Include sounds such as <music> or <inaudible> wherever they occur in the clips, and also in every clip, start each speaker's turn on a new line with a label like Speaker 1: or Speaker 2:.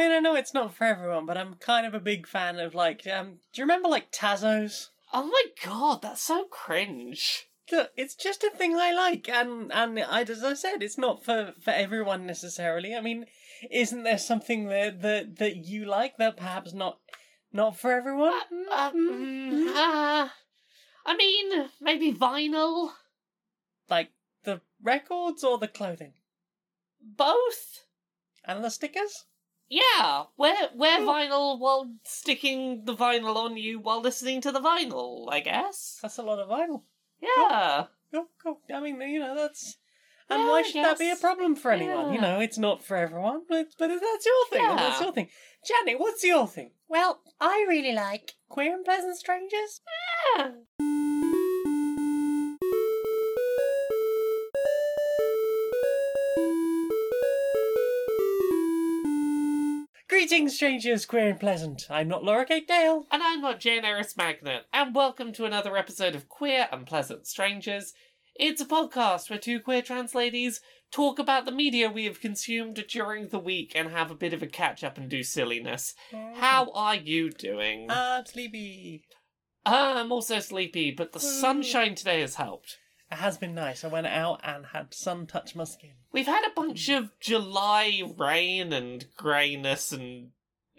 Speaker 1: it's not for everyone, but I'm kind of a big fan of like. Um, do you remember like Tazos?
Speaker 2: Oh my god, that's so cringe.
Speaker 1: Look, it's just a thing I like, and and I, as I said, it's not for for everyone necessarily. I mean, isn't there something that that that you like that perhaps not not for everyone?
Speaker 2: Um, uh, I mean, maybe vinyl.
Speaker 1: Like the records or the clothing
Speaker 2: Both.
Speaker 1: and the stickers?
Speaker 2: Yeah, wear wear
Speaker 1: Hmm.
Speaker 2: vinyl while sticking the vinyl on you while listening to the vinyl. I guess.
Speaker 1: That's a lot of vinyl.
Speaker 2: Yeah.
Speaker 1: Go, go. Oh, I mean, you know, that's. And
Speaker 2: Yeah,
Speaker 1: why
Speaker 2: I
Speaker 1: should that be a
Speaker 2: guess.
Speaker 1: problem for anyone? You
Speaker 2: Yeah.
Speaker 1: know, it's not for everyone, but but if that's your thing. then That's
Speaker 2: Yeah.
Speaker 1: your thing. Janet, what's your thing? Well, I really like Queer and Pleasant Strangers.
Speaker 2: yeah.
Speaker 1: Greetings, strangers, queer and pleasant. I'm not Laura Kate Dale.
Speaker 2: And I'm not Jane Eris Magnet, and welcome to another episode of Queer and Pleasant Strangers. It's a podcast where two queer trans ladies talk about the media we have consumed during the week and have a bit of a catch up and do silliness. How are you doing?
Speaker 1: I'm sleepy.
Speaker 2: I'm also sleepy, but the
Speaker 1: Mm.
Speaker 2: sunshine today has helped.
Speaker 1: It has been nice. I went out and had sun touch my skin.
Speaker 2: We've had a bunch of July rain and greyness and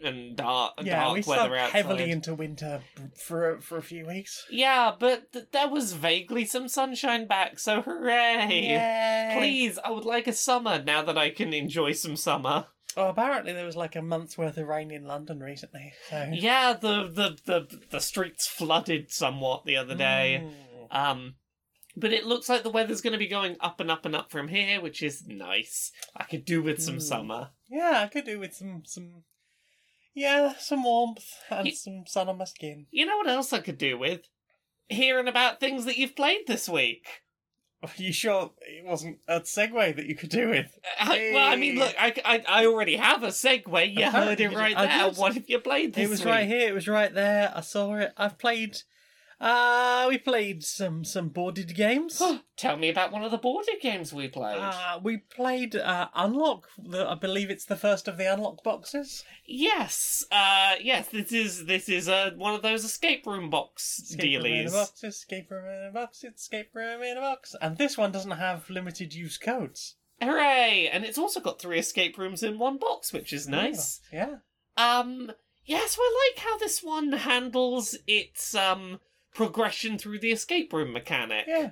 Speaker 2: and dark,
Speaker 1: yeah,
Speaker 2: dark
Speaker 1: we
Speaker 2: weather
Speaker 1: sunk
Speaker 2: outside.
Speaker 1: heavily into winter for for a few weeks.
Speaker 2: yeah, but th- there was vaguely some sunshine back, so hooray!
Speaker 1: Yay.
Speaker 2: Please, I would like a summer now that I can enjoy some summer.
Speaker 1: Oh, apparently there was like a month's worth of rain in London recently. So
Speaker 2: Yeah, the the the, the streets flooded somewhat the other day.
Speaker 1: Mm.
Speaker 2: Um but it looks like the weather's going to be going up and up and up from here, which is nice. I could do with some
Speaker 1: Mm.
Speaker 2: summer.
Speaker 1: Yeah, I could do with some some yeah some warmth and
Speaker 2: Ye-
Speaker 1: some sun on my skin. <laughs>
Speaker 2: You know what else I could do with? Hearing about things that you've played this week.
Speaker 1: Are you sure it wasn't a segue that you could do with?
Speaker 2: I, Uh, well, I mean, look, I, I, I already have a segue. You heard
Speaker 1: Apparently
Speaker 2: it
Speaker 1: you
Speaker 2: right
Speaker 1: did. I
Speaker 2: there.
Speaker 1: did.
Speaker 2: What have you played this
Speaker 1: it was
Speaker 2: week?
Speaker 1: right here. It was right there. I saw it. I've played. Uh we played some some boarded
Speaker 2: <gasps>
Speaker 1: games.
Speaker 2: Tell me about one of the border games we played.
Speaker 1: Uh, we played uh, Unlock. The, I believe it's the first of the Unlock boxes.
Speaker 2: Yes, uh, yes. This is this is uh, one of those escape room box
Speaker 1: Escape room in a
Speaker 2: dealies.
Speaker 1: box, escape room in a box, escape room in a box. And this one doesn't have limited use codes.
Speaker 2: Hooray! And it's also got three escape rooms in one box, which
Speaker 1: Ah.
Speaker 2: is nice.
Speaker 1: Yeah.
Speaker 2: Um, yeah. So I like how this one handles its um progression through the escape room mechanic.
Speaker 1: Yeah.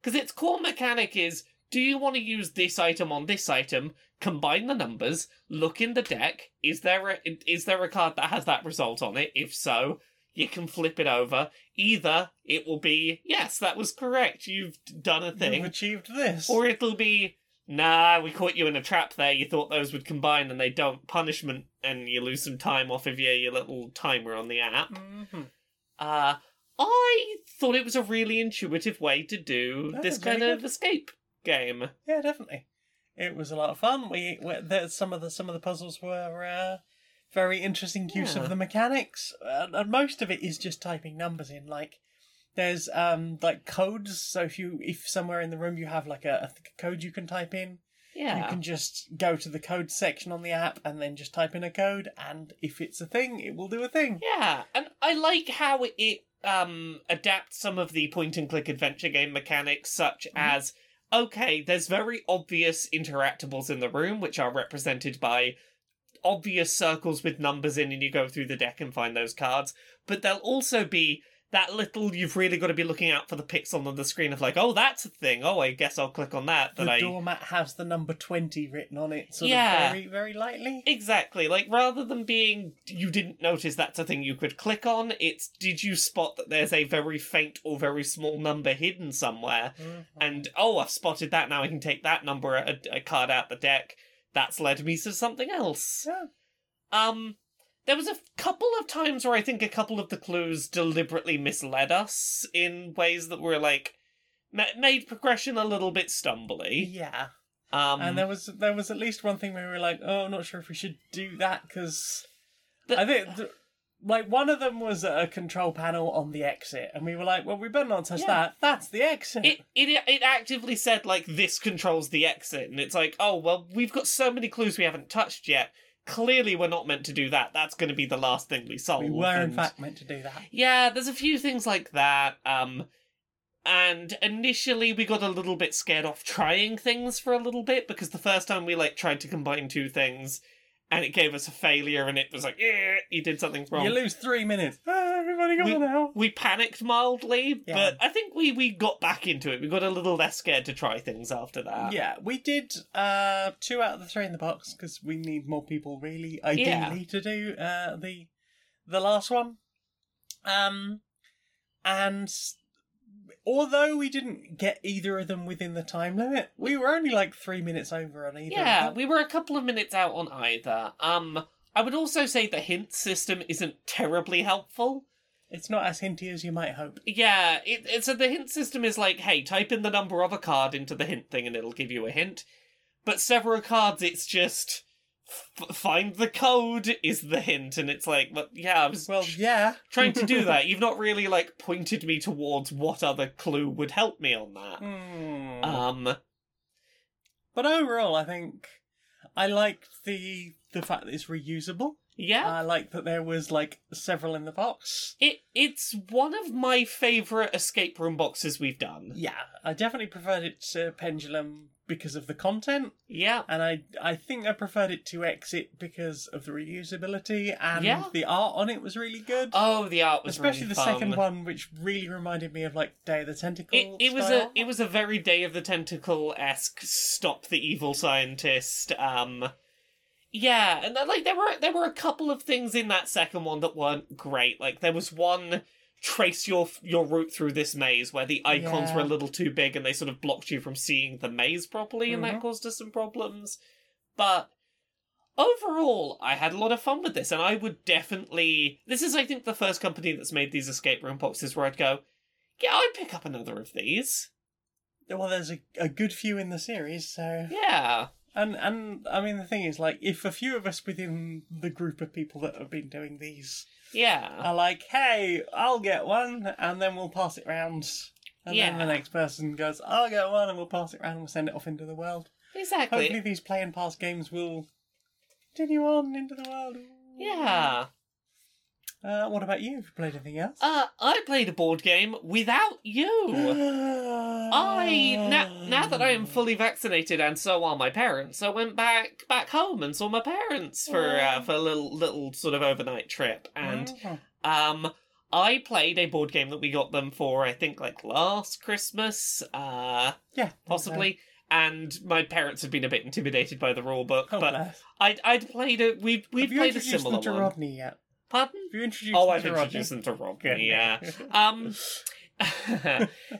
Speaker 2: Because its core mechanic is: do you want to use this item on this item? Combine the numbers. Look in the deck. Is there a is there a card that has that result on it? If so, you can flip it over. Either it will be yes, that was correct. You've done a
Speaker 1: You've
Speaker 2: thing,
Speaker 1: achieved this.
Speaker 2: or it'll be nah, we caught you in a trap there. You thought those would combine, and they don't. Punishment, and you lose some time off of your your little timer on the app.
Speaker 1: Mhm.
Speaker 2: Uh, I thought it was a really intuitive way to do
Speaker 1: That
Speaker 2: this
Speaker 1: was really
Speaker 2: kind of escape game.
Speaker 1: Yeah, definitely. It was a lot of fun. We, we there, some of the some of the puzzles were uh, very interesting use
Speaker 2: Yeah.
Speaker 1: of the mechanics, and, and most of it is just typing numbers in. Like there's um like codes. So if you if somewhere in the room you have like a, a code you can type in, you
Speaker 2: Yeah.
Speaker 1: can just go to the code section on the app and then just type in a code, and if it's a thing, it will do a thing.
Speaker 2: Yeah. And I like how it um adapts some of the point and click adventure game mechanics such as okay, there's very obvious interactables in the room which are represented by obvious circles with numbers in and you go through the deck and find those cards, but there'll also be that little you've really got to be looking out for the pixel on the screen of like, oh, that's a thing. Oh, I guess I'll click on that.
Speaker 1: The
Speaker 2: that I
Speaker 1: doormat has the number twenty written on it, sort
Speaker 2: Yeah.
Speaker 1: of very very lightly.
Speaker 2: Exactly. Like, rather than being, you didn't notice that's a thing you could click on, it's did you spot that there's a very faint or very small number hidden somewhere?
Speaker 1: Mhm.
Speaker 2: And, oh, I've spotted that, now I can take that number, a, a card out the deck. That's led me to something else.
Speaker 1: Yeah.
Speaker 2: Um, there was a f- couple of times where I think a couple of the clues deliberately misled us in ways that were like, ma- made progression a little bit stumbly.
Speaker 1: yeah.
Speaker 2: Um,
Speaker 1: and there was there was at least one thing where we were like, oh, I'm not sure if we should do that because
Speaker 2: The-
Speaker 1: I think th- like one of them was a control panel on the exit, and we were like, well, we better not touch
Speaker 2: Yeah.
Speaker 1: that. That's the exit.
Speaker 2: it, it it actively said like this controls the exit and it's like oh well we've got so many clues we haven't touched yet clearly we're not meant to do that. That's going to be the last thing we solve.
Speaker 1: We were, in
Speaker 2: and-
Speaker 1: fact, meant to do that.
Speaker 2: yeah, there's a few things like that. Um, and initially we got a little bit scared off trying things for a little bit because the first time we like tried to combine two things, and it gave us a failure, and it was like, yeah, you did something wrong.
Speaker 1: You lose three minutes. Ah, everybody
Speaker 2: We-
Speaker 1: go now.
Speaker 2: we panicked mildly,
Speaker 1: Yeah.
Speaker 2: but I think we we got back into it. We got a little less scared to try things after that.
Speaker 1: yeah, we did uh, two out of the three in the box because we need more people, really, ideally,
Speaker 2: Yeah.
Speaker 1: to do uh, the the last one. Um, and although we didn't get either of them within the time limit, we were only like three minutes over on either.
Speaker 2: Yeah,
Speaker 1: of them.
Speaker 2: we were a couple of minutes out on either. Um, I would also say the hint system isn't terribly helpful.
Speaker 1: it's not as hinty as you might hope.
Speaker 2: Yeah, it, it, so the hint system is like, hey, type in the number of a card into the hint thing and it'll give you a hint. But several cards, it's just f- find the code is the hint, and it's like, but yeah, I was
Speaker 1: Well,
Speaker 2: tr-
Speaker 1: yeah,
Speaker 2: trying to
Speaker 1: <laughs>
Speaker 2: do that. You've not really like pointed me towards what other clue would help me on that.
Speaker 1: Hmm.
Speaker 2: Um,
Speaker 1: but overall, I think I liked the the fact that it's reusable.
Speaker 2: yeah,
Speaker 1: I like that there was like several in the box.
Speaker 2: it it's one of my favorite escape room boxes we've done.
Speaker 1: Yeah, I definitely preferred it to Pendulum because of the content,
Speaker 2: Yeah,
Speaker 1: and I I think I preferred it to Exit because of the reusability and
Speaker 2: Yeah.
Speaker 1: the art on it was really good.
Speaker 2: Oh, the art was
Speaker 1: Especially
Speaker 2: really
Speaker 1: the
Speaker 2: fun.
Speaker 1: second one, which really reminded me of like Day of the Tentacle.
Speaker 2: It, it was a
Speaker 1: style.
Speaker 2: it was a very Day of the Tentacle esque stop the evil scientist. Um, yeah, and then, like there were there were a couple of things in that second one that weren't great. Like there was one trace your your route through this maze where the icons
Speaker 1: Yeah.
Speaker 2: were a little too big and they sort of blocked you from seeing the maze properly, and that
Speaker 1: Mhm.
Speaker 2: caused us some problems. But overall, I had a lot of fun with this, and I would definitely. This is, I think, the first company that's made these escape room boxes where I'd go, yeah, I'd pick up another of these.
Speaker 1: well, there's a, a good few in the series, so
Speaker 2: Yeah,
Speaker 1: and and I mean the thing is like if a few of us within the group of people that have been doing these
Speaker 2: yeah,
Speaker 1: are like, hey, I'll get one, and then we'll pass it round. And
Speaker 2: Yeah.
Speaker 1: then the next person goes, I'll get one, and we'll pass it round, and we'll send it off into the world. Hopefully,
Speaker 2: exactly.
Speaker 1: these play and pass games will continue on into the world.
Speaker 2: Yeah.
Speaker 1: Uh, what about you? Have you played anything else?
Speaker 2: Uh, I played a board game without you. I
Speaker 1: Um.
Speaker 2: now now that I am fully vaccinated and so are my parents, I went back back home and saw my parents for uh, for a little little sort of overnight trip and
Speaker 1: Oh.
Speaker 2: Um, I played a board game that we got them for, I think, like last Christmas, uh,
Speaker 1: yeah,
Speaker 2: possibly. And my parents have been a bit intimidated by the rule book,
Speaker 1: Oh,
Speaker 2: but
Speaker 1: bless.
Speaker 2: I'd I'd played a we we
Speaker 1: Have you
Speaker 2: played a
Speaker 1: introduced
Speaker 2: similar
Speaker 1: them to
Speaker 2: one.
Speaker 1: Rodney yet?
Speaker 2: Pardon?
Speaker 1: Have you introduced
Speaker 2: Oh,
Speaker 1: them
Speaker 2: I've
Speaker 1: to Rodney?
Speaker 2: introduced them to Rob.
Speaker 1: Good.
Speaker 2: Yeah. Um. <laughs>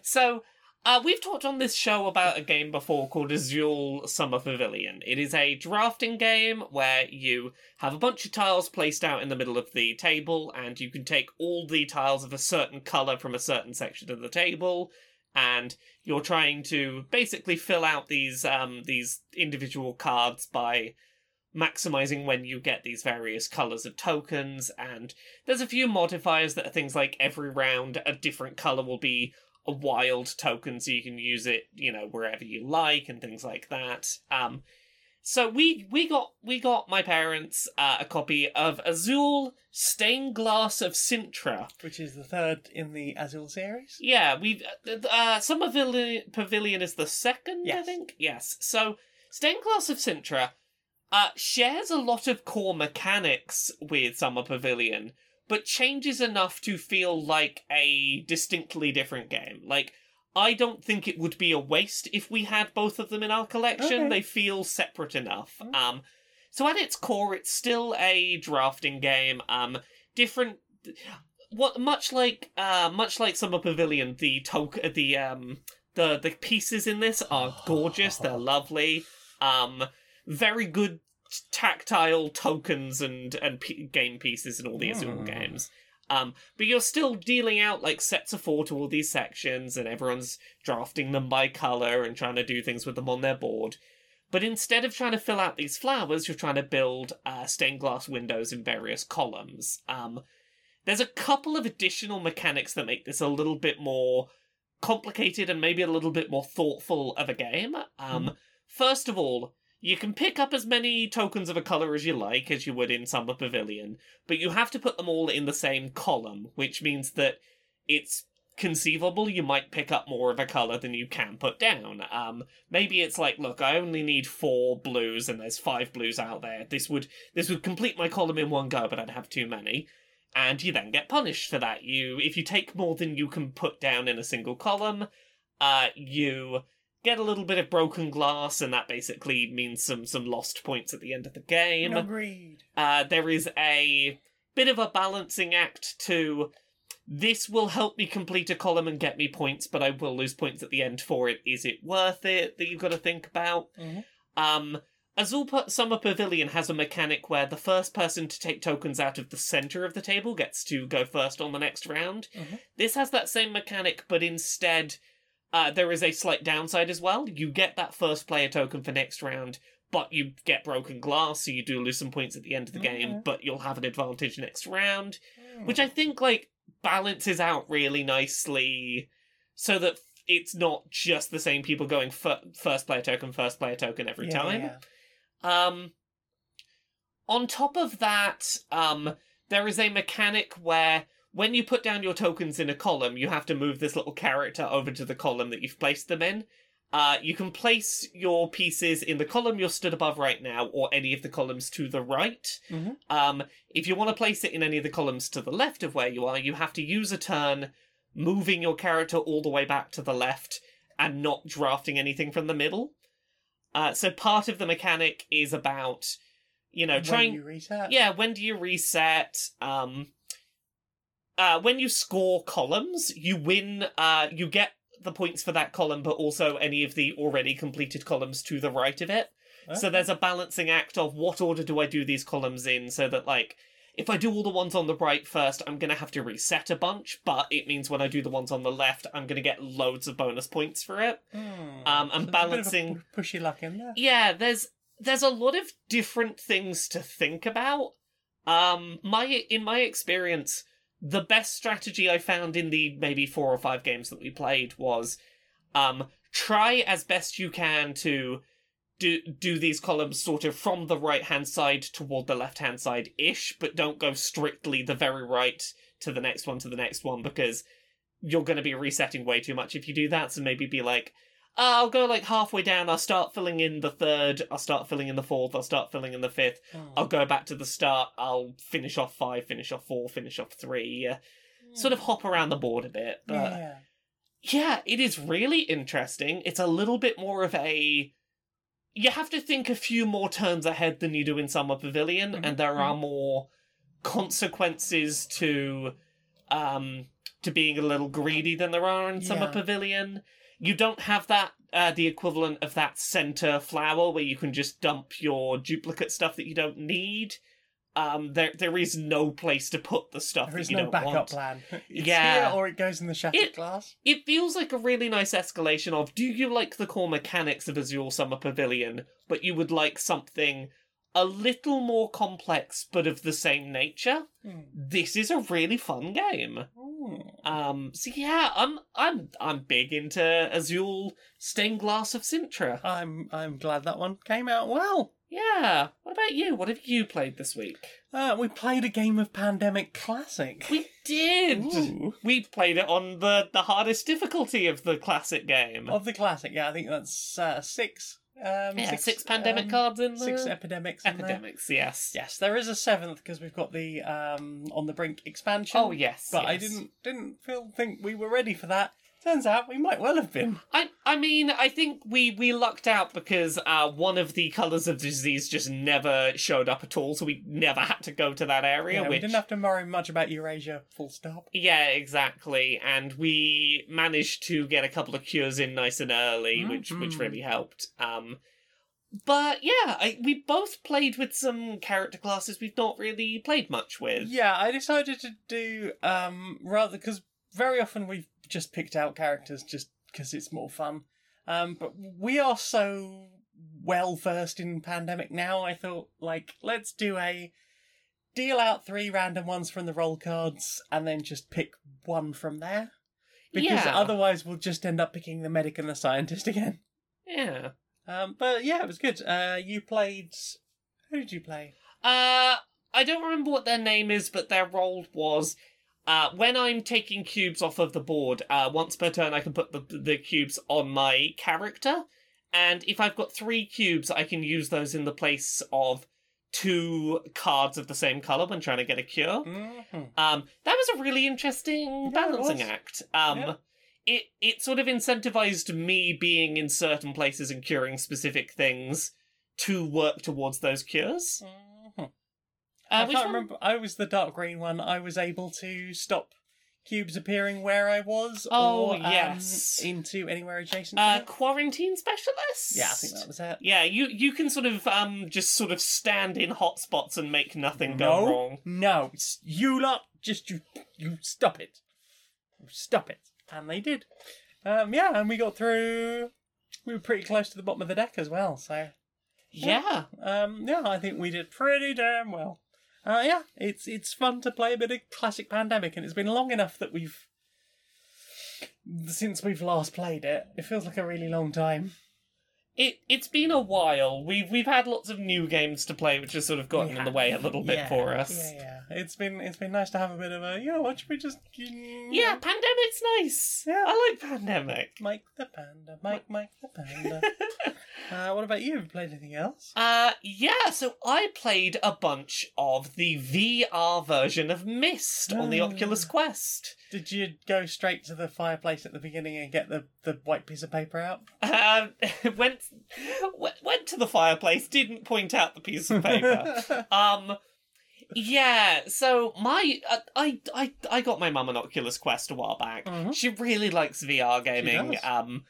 Speaker 2: so. Uh, we've talked on this show about a game before called Azul Summer Pavilion. It is a drafting game where you have a bunch of tiles placed out in the middle of the table, and you can take all the tiles of a certain colour from a certain section of the table, and you're trying to basically fill out these um, these individual cards by maximizing when you get these various colours of tokens and there's a few modifiers that are things like every round a different color will be a wild token, so you can use it, you know, wherever you like and things like that. Um, so we we got we got my parents uh, a copy of Azul Stained Glass of Sintra.
Speaker 1: Which is the third in the Azul series.
Speaker 2: Yeah, we uh, uh, Summer Villi- Pavilion is the second, I
Speaker 1: Yes.
Speaker 2: think. Yes. So Stained Glass of Sintra uh, shares a lot of core mechanics with Summer Pavilion, but changes enough to feel like a distinctly different game. Like I don't think it would be a waste if we had both of them in our collection.
Speaker 1: Okay.
Speaker 2: They feel separate enough.
Speaker 1: Mm.
Speaker 2: Um, so at its core, it's still a drafting game. Um, different what much like uh much like summer pavilion the toke the um the the pieces in this are gorgeous they're lovely um very good tactile tokens and and p- game pieces in all the azul
Speaker 1: Hmm.
Speaker 2: games um but you're still dealing out like sets of four to all these sections and everyone's drafting them by color and trying to do things with them on their board but instead of trying to fill out these flowers you're trying to build uh, stained glass windows in various columns um there's a couple of additional mechanics that make this a little bit more complicated and maybe a little bit more thoughtful of a game. Um, First of all, You can pick up as many tokens of a colour as you like, as you would in Summer Pavilion, but you have to put them all in the same column, which means that it's conceivable you might pick up more of a colour than you can put down. Um, maybe it's like, look, I only need four blues, and there's five blues out there. This would this would complete my column in one go, but I'd have too many. And you then get punished for that. You, if you take more than you can put down in a single column, uh, you get a little bit of broken glass, and that basically means some some lost points at the end of the game.
Speaker 1: Agreed.
Speaker 2: Uh, there is a bit of a balancing act to this will help me complete a column and get me points, but I will lose points at the end for it. Is it worth it? That you've got to think about.
Speaker 1: Mhm.
Speaker 2: Um, Azul Pa- Summer Pavilion has a mechanic where the first person to take tokens out of the center of the table gets to go first on the next round.
Speaker 1: Mhm.
Speaker 2: This has that same mechanic, but instead, uh, there is a slight downside as well. You get that first player token for next round, but you get broken glass, so you do lose some points at the end of the game,
Speaker 1: Mhm.
Speaker 2: but you'll have an advantage next round which I think like balances out really nicely, so that it's not just the same people going fir- first player token, first player token every
Speaker 1: Yeah,
Speaker 2: time.
Speaker 1: yeah.
Speaker 2: Um, on top of that, um, there is a mechanic where when you put down your tokens in a column, you have to move this little character over to the column that you've placed them in. Uh, you can place your pieces in the column you're stood above right now, or any of the columns to the right.
Speaker 1: Mhm.
Speaker 2: Um, if you want to place it in any of the columns to the left of where you are, you have to use a turn moving your character all the way back to the left and not drafting anything from the middle. Uh, so part of the mechanic is about, you know,
Speaker 1: When
Speaker 2: trying
Speaker 1: you reset.
Speaker 2: Uh, yeah when do you reset um uh when you score columns you win uh you get the points for that column but also any of the already completed columns to the right of it so there's a balancing act of what order do i do these columns in so that like if i do all the ones on the right first i'm gonna have to reset a bunch but it means when i do the ones on the left i'm gonna get loads of bonus points for it
Speaker 1: Mm.
Speaker 2: um,
Speaker 1: So there's
Speaker 2: and
Speaker 1: a bit of a
Speaker 2: balancing-
Speaker 1: pu- pushy luck in there.
Speaker 2: yeah there's there's a lot of different things to think about um my in my experience the best strategy i found in the maybe four or five games that we played was um try as best you can to do do these columns sort of from the right hand side toward the left hand side ish but don't go strictly the very right to the next one to the next one because you're going to be resetting way too much if you do that so maybe be like uh, I'll go like halfway down. I'll start filling in the third. I'll start filling in the fourth. I'll start filling in the fifth.
Speaker 1: Mm.
Speaker 2: I'll go back to the start. I'll finish off five, finish off four, finish off three. Uh, Sort of uh, hop around the board a bit. But
Speaker 1: yeah.
Speaker 2: yeah, it is really interesting. It's a little bit more of a. You have to think a few more turns ahead than you do in Summer Pavilion,
Speaker 1: Mhm,
Speaker 2: and there are more consequences to um to being a little greedy than there are in Summer
Speaker 1: Yeah.
Speaker 2: Pavilion. You don't have that uh, the equivalent of that center flower where you can just dump your duplicate stuff that you don't need. Um, there there is no place to put the stuff
Speaker 1: There
Speaker 2: that
Speaker 1: is
Speaker 2: you
Speaker 1: no
Speaker 2: don't
Speaker 1: backup
Speaker 2: want.
Speaker 1: plan. <laughs> It's
Speaker 2: Yeah.
Speaker 1: here or it goes in the shattered
Speaker 2: It-
Speaker 1: glass.
Speaker 2: It feels like a really nice escalation of do you like the core mechanics of Azure Summer Pavilion, but you would like something a little more complex but of the same nature?
Speaker 1: Mm.
Speaker 2: This is a really fun game.
Speaker 1: Mm.
Speaker 2: Um so yeah, I'm I'm I'm big into Azul Stained Glass of Sintra.
Speaker 1: I'm I'm glad that one came out well.
Speaker 2: Yeah. What about you? What have you played this week?
Speaker 1: Uh, we played a game of Pandemic Classic.
Speaker 2: We did
Speaker 1: Ooh.
Speaker 2: We played it on the, the hardest difficulty of the classic game.
Speaker 1: Of the classic, yeah, I think that's uh, six, um,
Speaker 2: yeah, six,
Speaker 1: six.
Speaker 2: pandemic
Speaker 1: um,
Speaker 2: cards in there.
Speaker 1: Six epidemics. in there.
Speaker 2: epidemics, yes.
Speaker 1: Yes, there is a seventh because we've got the um, on the brink expansion.
Speaker 2: Oh yes,
Speaker 1: but I
Speaker 2: yes.
Speaker 1: didn't didn't feel think we were ready for that. Turns out we might well have been.
Speaker 2: I I mean I think we we lucked out because uh one of the colors of disease just never showed up at all, so we never had to go to that area.
Speaker 1: Yeah, we
Speaker 2: which
Speaker 1: didn't have to worry much about Eurasia. Full stop.
Speaker 2: yeah, exactly, and we managed to get a couple of cures in nice and early, which which
Speaker 1: Mhm.
Speaker 2: really helped. Um, but yeah, I, we both played with some character classes we've not really played much with.
Speaker 1: Yeah, I decided to do um rather because very often we've just picked out characters just because it's more fun. Um, but we are so well versed in pandemic now. I thought like let's do a deal out three random ones from the roll cards and then just pick one from there because
Speaker 2: Yeah.
Speaker 1: otherwise we'll just end up picking the medic and the scientist <laughs> again.
Speaker 2: Yeah.
Speaker 1: Um, but yeah, it was good. Uh, you played. Who did you play?
Speaker 2: Uh, I don't remember what their name is, but their role was uh, when I'm taking cubes off of the board, uh, once per turn I can put the, the cubes on my character. And if I've got three cubes, I can use those in the place of two cards of the same colour when trying to get a cure.
Speaker 1: Mm-hmm.
Speaker 2: Um, that was a really interesting
Speaker 1: Yeah, it
Speaker 2: balancing
Speaker 1: was.
Speaker 2: act. Um,
Speaker 1: Yeah.
Speaker 2: it it sort of incentivized me being in certain places and curing specific things to work towards those cures. Uh,
Speaker 1: Mm-hmm. I
Speaker 2: which
Speaker 1: can't
Speaker 2: one-
Speaker 1: remember. I was the dark green one. I was able to stop cubes appearing where I was.
Speaker 2: Oh,
Speaker 1: or, um,
Speaker 2: yes.
Speaker 1: into anywhere adjacent. to
Speaker 2: Uh,
Speaker 1: it.
Speaker 2: quarantine specialist.
Speaker 1: yeah, I think that was it.
Speaker 2: Yeah, you you can sort of um just sort of stand in hot spots and make nothing go
Speaker 1: No.
Speaker 2: wrong.
Speaker 1: No, it's you lot. Just you, you stop it. You Stop it. And they did. Um, yeah, and we got through. We were pretty close to the bottom of the deck as well. So
Speaker 2: Yeah.
Speaker 1: um, yeah, I think we did pretty damn well. Uh, yeah, it's it's fun to play a bit of classic pandemic, and it's been long enough that we've since we've last played it. It feels like a really long time.
Speaker 2: It it's been a while. We've we've had lots of new games to play which has sort of gotten in the way a little bit
Speaker 1: Yeah,
Speaker 2: for us.
Speaker 1: Yeah, yeah. It's been it's been nice to have a bit of a you know what should we just
Speaker 2: Yeah, pandemic's nice.
Speaker 1: Yeah.
Speaker 2: I like pandemic.
Speaker 1: Mike the Panda, Mike, Mike the Panda. <laughs> uh, what about you? Have you played anything else?
Speaker 2: Uh yeah, so I played a bunch of the VR version of Mist on the
Speaker 1: Oh.
Speaker 2: Oculus Quest.
Speaker 1: Did you go straight to the fireplace at the beginning and get the, the white piece of paper out?
Speaker 2: Um, <laughs> went went went to the fireplace, didn't point out the piece of paper.
Speaker 1: <laughs>
Speaker 2: um yeah so my uh, i i i got my mum an oculus quest a while back
Speaker 1: Mhm.
Speaker 2: she really likes vr gaming
Speaker 1: does.
Speaker 2: um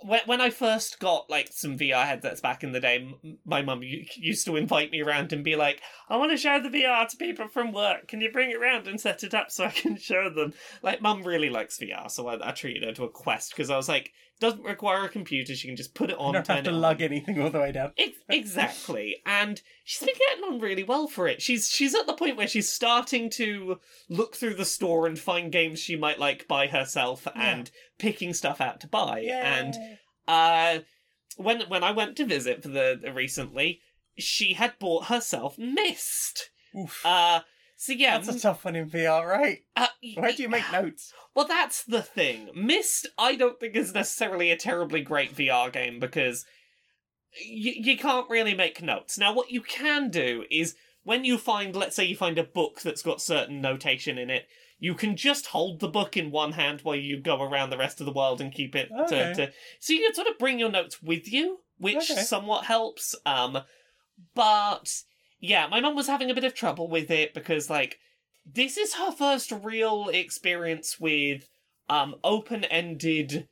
Speaker 2: when, when i first got like some vr headsets back in the day m- my mum u- used to invite me around and be like i want to show the vr to people from work can you bring it round and set it up so i can <laughs> show them like mum really likes vr so i, I treated her to a quest because i was like doesn't require a computer she can just put it on
Speaker 1: you don't
Speaker 2: turn
Speaker 1: have to
Speaker 2: it on.
Speaker 1: lug anything all the way down.
Speaker 2: Ex- exactly, and she's been getting on really well for it. She's she's at the point where she's starting to look through the store and find games she might like by herself
Speaker 1: Yeah.
Speaker 2: and picking stuff out to buy. And
Speaker 1: Yay.
Speaker 2: uh, when when I went to visit for the, the recently, she had bought herself Mist.
Speaker 1: Oof.
Speaker 2: Uh, so yeah,
Speaker 1: That's a tough one in VR, right?
Speaker 2: uh,
Speaker 1: Where do you make notes?
Speaker 2: well, that's the thing. Mist, I don't think is necessarily a terribly great VR game because you you can't really make notes. Now, what you can do is when you find, let's say, you find a book that's got certain notation in it, you can just hold the book in one hand while you go around the rest of the world and keep it
Speaker 1: Okay.
Speaker 2: to, to. So you can sort of bring your notes with you, which
Speaker 1: Okay.
Speaker 2: somewhat helps. Um, but yeah, my mum was having a bit of trouble with it because like this is her first real experience with um open-ended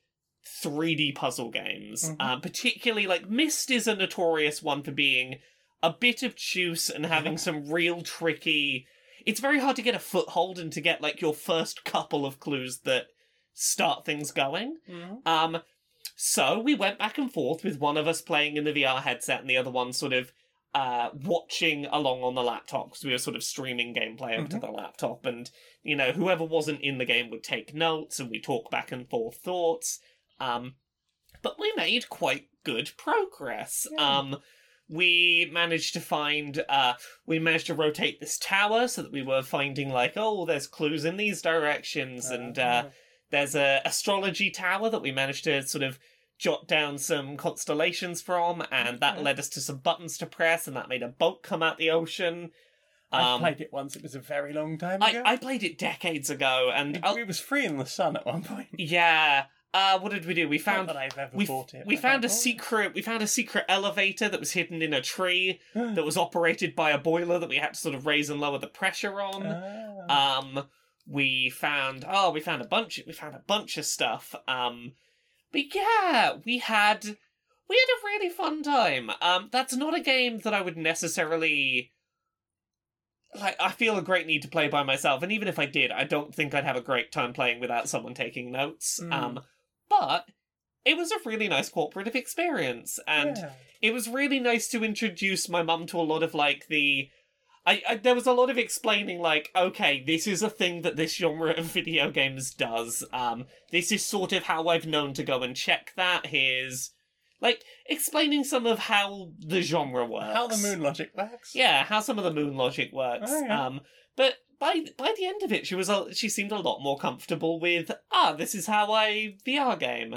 Speaker 2: 3D puzzle games.
Speaker 1: Mhm.
Speaker 2: Uh, particularly like Myst is a notorious one for being a bit of obtuse and having some real tricky it's very hard to get a foothold and to get like your first couple of clues that start things going. Um, so we went back and forth with one of us playing in the VR headset and the other one sort of uh, watching along on the laptop because we were sort of streaming gameplay onto the laptop. And, you know, whoever wasn't in the game would take notes and we talk back and forth thoughts. Um, but we made quite good progress.
Speaker 1: Yeah.
Speaker 2: Um, we managed to find uh, we managed to rotate this tower so that we were finding like oh there's clues in these directions and
Speaker 1: Uh-huh.
Speaker 2: uh, there's a astrology tower that we managed to sort of jot down some constellations from and that
Speaker 1: Okay.
Speaker 2: led us to some buttons to press and that made a boat come out the ocean
Speaker 1: I
Speaker 2: um,
Speaker 1: played it once. It was a very long time
Speaker 2: I,
Speaker 1: ago.
Speaker 2: I played it decades ago and
Speaker 1: it,
Speaker 2: I'll-
Speaker 1: it was free in the sun at one point.
Speaker 2: yeah uh, what did we do we
Speaker 1: Not
Speaker 2: found
Speaker 1: that I've ever
Speaker 2: we,
Speaker 1: bought it.
Speaker 2: we
Speaker 1: but
Speaker 2: found
Speaker 1: I
Speaker 2: a
Speaker 1: bought it.
Speaker 2: secret we found a secret elevator that was hidden in a tree that was operated by a boiler that we had to sort of raise and lower the pressure on
Speaker 1: Ah.
Speaker 2: Um, we found oh, we found a bunch. We found a bunch of stuff. Um, but yeah, we had we had a really fun time. Um, that's not a game that I would necessarily like. I feel a great need to play by myself, and even if I did, I don't think I'd have a great time playing without someone taking notes.
Speaker 1: Mm.
Speaker 2: Um, but it was a really nice cooperative experience, and
Speaker 1: Yeah.
Speaker 2: it was really nice to introduce my mum to a lot of like the I, I there was a lot of explaining like okay this is a thing that this genre of video games does um this is sort of how I've known to go and check that here's like explaining some of how the genre works,
Speaker 1: How the moon logic works.
Speaker 2: yeah, how some of the moon logic works.
Speaker 1: Oh, yeah.
Speaker 2: Um, but by by the end of it, she was a, she seemed a lot more comfortable with ah, this is how I VR game.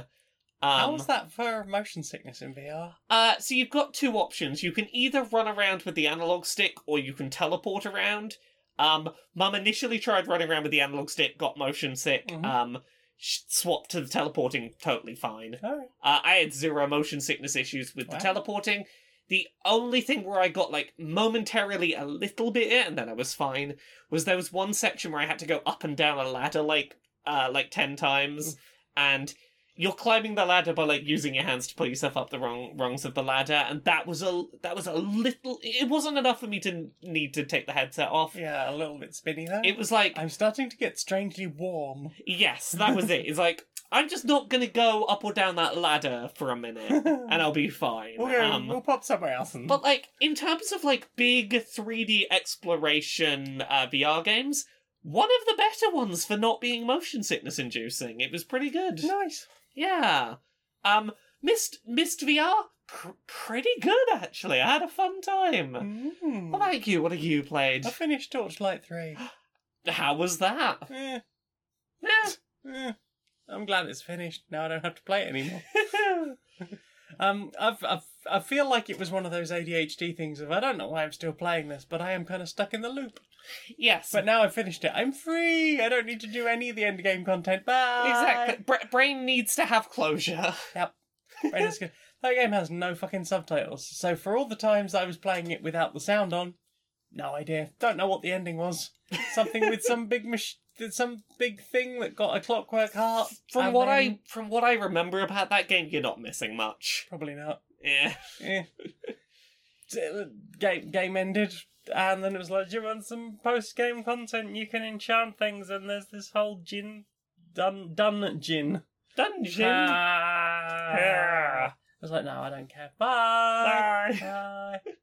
Speaker 1: How
Speaker 2: Um,
Speaker 1: was that for motion sickness in VR?
Speaker 2: uh, so you've got two options. You can either run around with the analog stick, or you can teleport around. Um, Mum initially tried running around with the analog stick, got motion sick.
Speaker 1: Mhm.
Speaker 2: Um, sh- swapped to the teleporting, totally fine.
Speaker 1: Oh,
Speaker 2: Uh, I had zero motion sickness issues with
Speaker 1: Wow.
Speaker 2: the teleporting. The only thing where I got like momentarily a little bit, and then I was fine, was there was one section where I had to go up and down a ladder like uh, like ten times, and you're climbing the ladder by like using your hands to pull yourself up the wrong rungs of the ladder, and that was a that was a little. It wasn't enough for me to n- need to take the headset off.
Speaker 1: yeah, a little bit spinny though.
Speaker 2: It was like
Speaker 1: I'm starting to get strangely warm. <laughs>
Speaker 2: yes, that was it. It's like I'm just not gonna go up or down that ladder for
Speaker 1: <laughs>
Speaker 2: a minute and I'll be fine.
Speaker 1: we'll go.
Speaker 2: Um,
Speaker 1: we'll pop somewhere else. And...
Speaker 2: but like in terms of like big 3D exploration uh, VR games, one of the better ones for not being motion sickness inducing. It was pretty good.
Speaker 1: nice.
Speaker 2: Yeah. Um, missed missed VR. Pr- pretty good actually. I had a fun time.
Speaker 1: Mm.
Speaker 2: What about you? What have you played?
Speaker 1: I finished Torchlight
Speaker 2: <gasps>
Speaker 1: three.
Speaker 2: How was that?
Speaker 1: Eh,
Speaker 2: Eh.
Speaker 1: eh. I'm glad it's finished. Now I don't have to play it
Speaker 2: <laughs>
Speaker 1: anymore. Um, I've, I've, I feel like it was one of those ADHD things of I don't know why I'm still playing this, but I am kind of stuck in the loop.
Speaker 2: yes.
Speaker 1: But now I've finished it. I'm free. I don't need to do any of the end game content. Bye.
Speaker 2: Exactly. Bra- brain needs to
Speaker 1: <laughs>
Speaker 2: have closure.
Speaker 1: Right, that's
Speaker 2: <laughs>
Speaker 1: good. That game has no fucking subtitles. So for all the times I was playing it without the sound on, no idea. Don't know what the ending was. Something with some big mach- some big thing that got a clockwork heart.
Speaker 2: From
Speaker 1: and
Speaker 2: what
Speaker 1: then-
Speaker 2: I from what I remember about that game, you're not missing much.
Speaker 1: probably not.
Speaker 2: Yeah.
Speaker 1: <laughs> Eh. game game ended, and then it was like, do you want some post game content? You can enchant things, and there's this whole gin dun dungeon.
Speaker 2: Dungeon.
Speaker 1: Uh, Ah. I was like, no, I don't care. Bye.
Speaker 2: Bye.
Speaker 1: Bye. <laughs>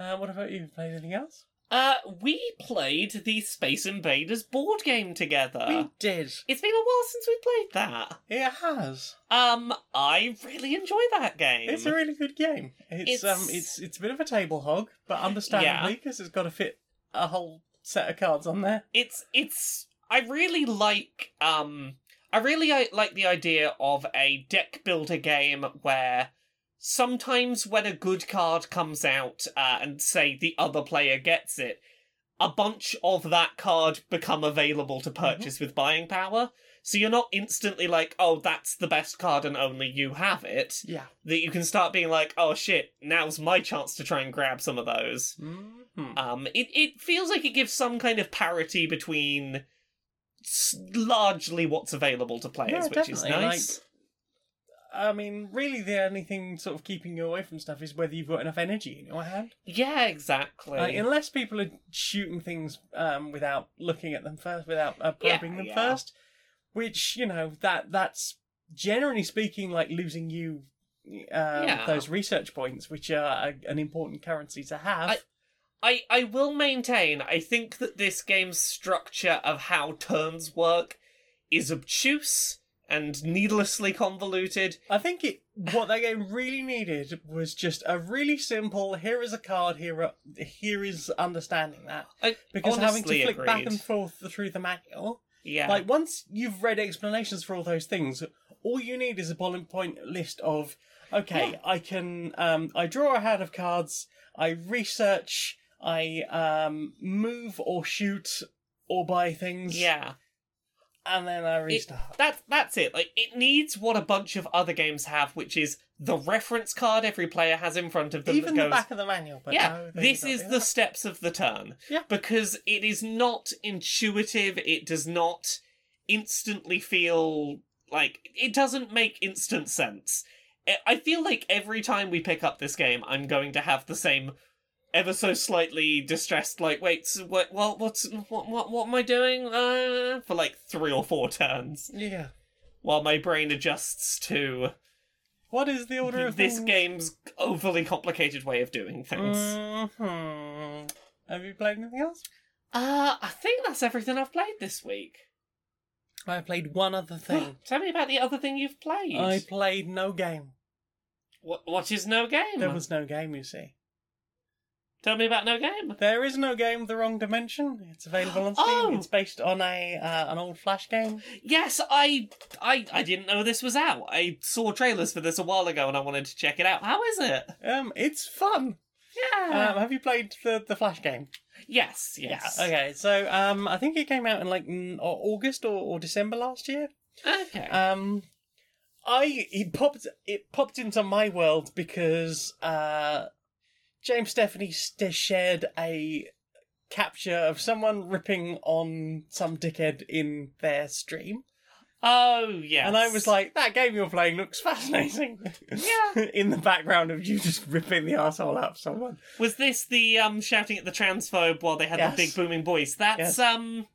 Speaker 1: Uh, what about you? Played anything else?
Speaker 2: Uh, we played the Space Invaders board game together.
Speaker 1: we did.
Speaker 2: It's been a while since we played that.
Speaker 1: It has.
Speaker 2: Um, I really enjoy that game.
Speaker 1: It's a really good game. It's, um,
Speaker 2: um, It's-
Speaker 1: it's it's a bit of a table hog, but understandably because it's got to fit a whole set of cards on there.
Speaker 2: it's it's I really like um I really I, like the idea of a deck builder game where sometimes when a good card comes out uh, and say the other player gets it a bunch of that card become available to purchase with buying power so you're not instantly like oh that's the best card and only you have it
Speaker 1: Yeah.
Speaker 2: that you can start being like oh shit now's my chance to try and grab some of those
Speaker 1: hmm
Speaker 2: um, it it feels like it gives some kind of parity between s- largely what's available to players, which is
Speaker 1: definitely,
Speaker 2: nice.
Speaker 1: I mean, really, the only thing sort of keeping you away from stuff is whether you've got enough energy in your hand.
Speaker 2: yeah, exactly.
Speaker 1: Like, unless people are shooting things um, without looking at them first, without uh,
Speaker 2: Yeah,
Speaker 1: probing them
Speaker 2: yeah.
Speaker 1: first, which you know that that's generally speaking like losing you um,
Speaker 2: Yeah.
Speaker 1: those research points, which are a, an important currency to have.
Speaker 2: I- I I will maintain. I think that this game's structure of how turns work is obtuse and needlessly convoluted.
Speaker 1: I think it what that game really needed was just a really simple here is a card here are, here is understanding that
Speaker 2: I
Speaker 1: because having to
Speaker 2: honestly
Speaker 1: flick back
Speaker 2: agreed.
Speaker 1: and forth through the manual
Speaker 2: Yeah,
Speaker 1: like once you've read explanations for all those things all you need is a bullet point list of okay I can um I draw a hand of cards I research I um move or shoot or buy things
Speaker 2: yeah.
Speaker 1: and then I restart
Speaker 2: That's that's it. Like it needs what a bunch of other games have, which is the reference card every player has in front of them
Speaker 1: even
Speaker 2: that
Speaker 1: the
Speaker 2: goes
Speaker 1: back of the manual but
Speaker 2: yeah,
Speaker 1: no, they
Speaker 2: this
Speaker 1: don't
Speaker 2: is
Speaker 1: do
Speaker 2: the
Speaker 1: that.
Speaker 2: steps of the turn.
Speaker 1: Yeah.
Speaker 2: Because it is not intuitive, it does not instantly feel like it doesn't make instant sense. I- I feel like every time we pick up this game, I'm going to have the same ever so slightly distressed like wait so what what what's what what, what am i doing uh, for like three or four turns
Speaker 1: yeah
Speaker 2: while my brain adjusts to
Speaker 1: what is the order of
Speaker 2: this
Speaker 1: things? Mm.
Speaker 2: game's overly complicated way of doing things
Speaker 1: Mhm. have you played anything else
Speaker 2: Uh, I think that's everything I've played this week.
Speaker 1: I played one other thing <gasps>
Speaker 2: Tell me about the other thing you've played.
Speaker 1: I played no game
Speaker 2: What, what is no game?
Speaker 1: There was no game, you see.
Speaker 2: Tell me about no game.
Speaker 1: There is no game, The Wrong Dimension. It's available on Steam.
Speaker 2: Oh!
Speaker 1: It's based on a uh, an old Flash game.
Speaker 2: Yes, I, I, I didn't know this was out. I saw trailers for this a while ago, and I wanted to check it out. How is it?
Speaker 1: Um, it's fun.
Speaker 2: Yeah.
Speaker 1: Um, have you played the the Flash game?
Speaker 2: yes. Yes.
Speaker 1: Yeah. Okay. So um, I think it came out in like n- or August or, or December last year.
Speaker 2: Okay.
Speaker 1: Um, I it popped it popped into my world because uh, James Stephanie st- shared a capture of someone ripping on some dickhead in their stream,
Speaker 2: oh yes.
Speaker 1: and I was like, "That game you're playing looks fascinating."
Speaker 2: Yeah.
Speaker 1: <laughs> in the background of you just ripping the asshole out of someone.
Speaker 2: was this the um shouting at the transphobe while they had
Speaker 1: Yes.
Speaker 2: the big booming voice?
Speaker 1: Yes.
Speaker 2: That's um.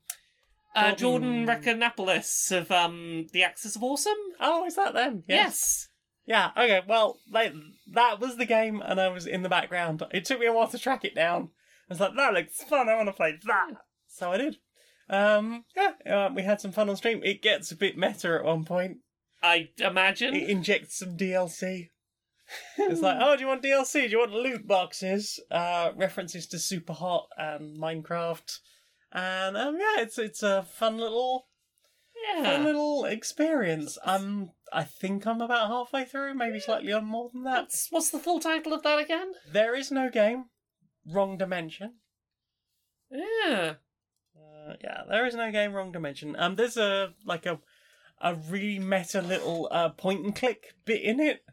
Speaker 2: Uh, Jordan
Speaker 1: Jordan-
Speaker 2: Reconnapolis of um the Axis of Awesome.
Speaker 1: Oh, is that them? Yes.
Speaker 2: Yes.
Speaker 1: Yeah, okay, well, like, that was the game, and I was in the background. It took me a while to track it down. I was like, that looks fun, I want to play that. So I did. Um, yeah, uh, we had some fun on stream. It gets a bit meta at one point.
Speaker 2: I imagine.
Speaker 1: <laughs> It injects some DLC. it's like, oh, do you want DLC? Do you want loot boxes? Uh, references to Superhot and Minecraft. And, um, yeah, it's, it's a fun little, fun
Speaker 2: yeah.
Speaker 1: little experience. Um, I think I'm about halfway through, maybe slightly on more than that.
Speaker 2: That's what's the full title of that again?
Speaker 1: There is no game. Wrong dimension.
Speaker 2: Yeah.
Speaker 1: Uh, yeah, there is no game. Wrong dimension. Um, there's a like a a really meta little uh, point and click bit in it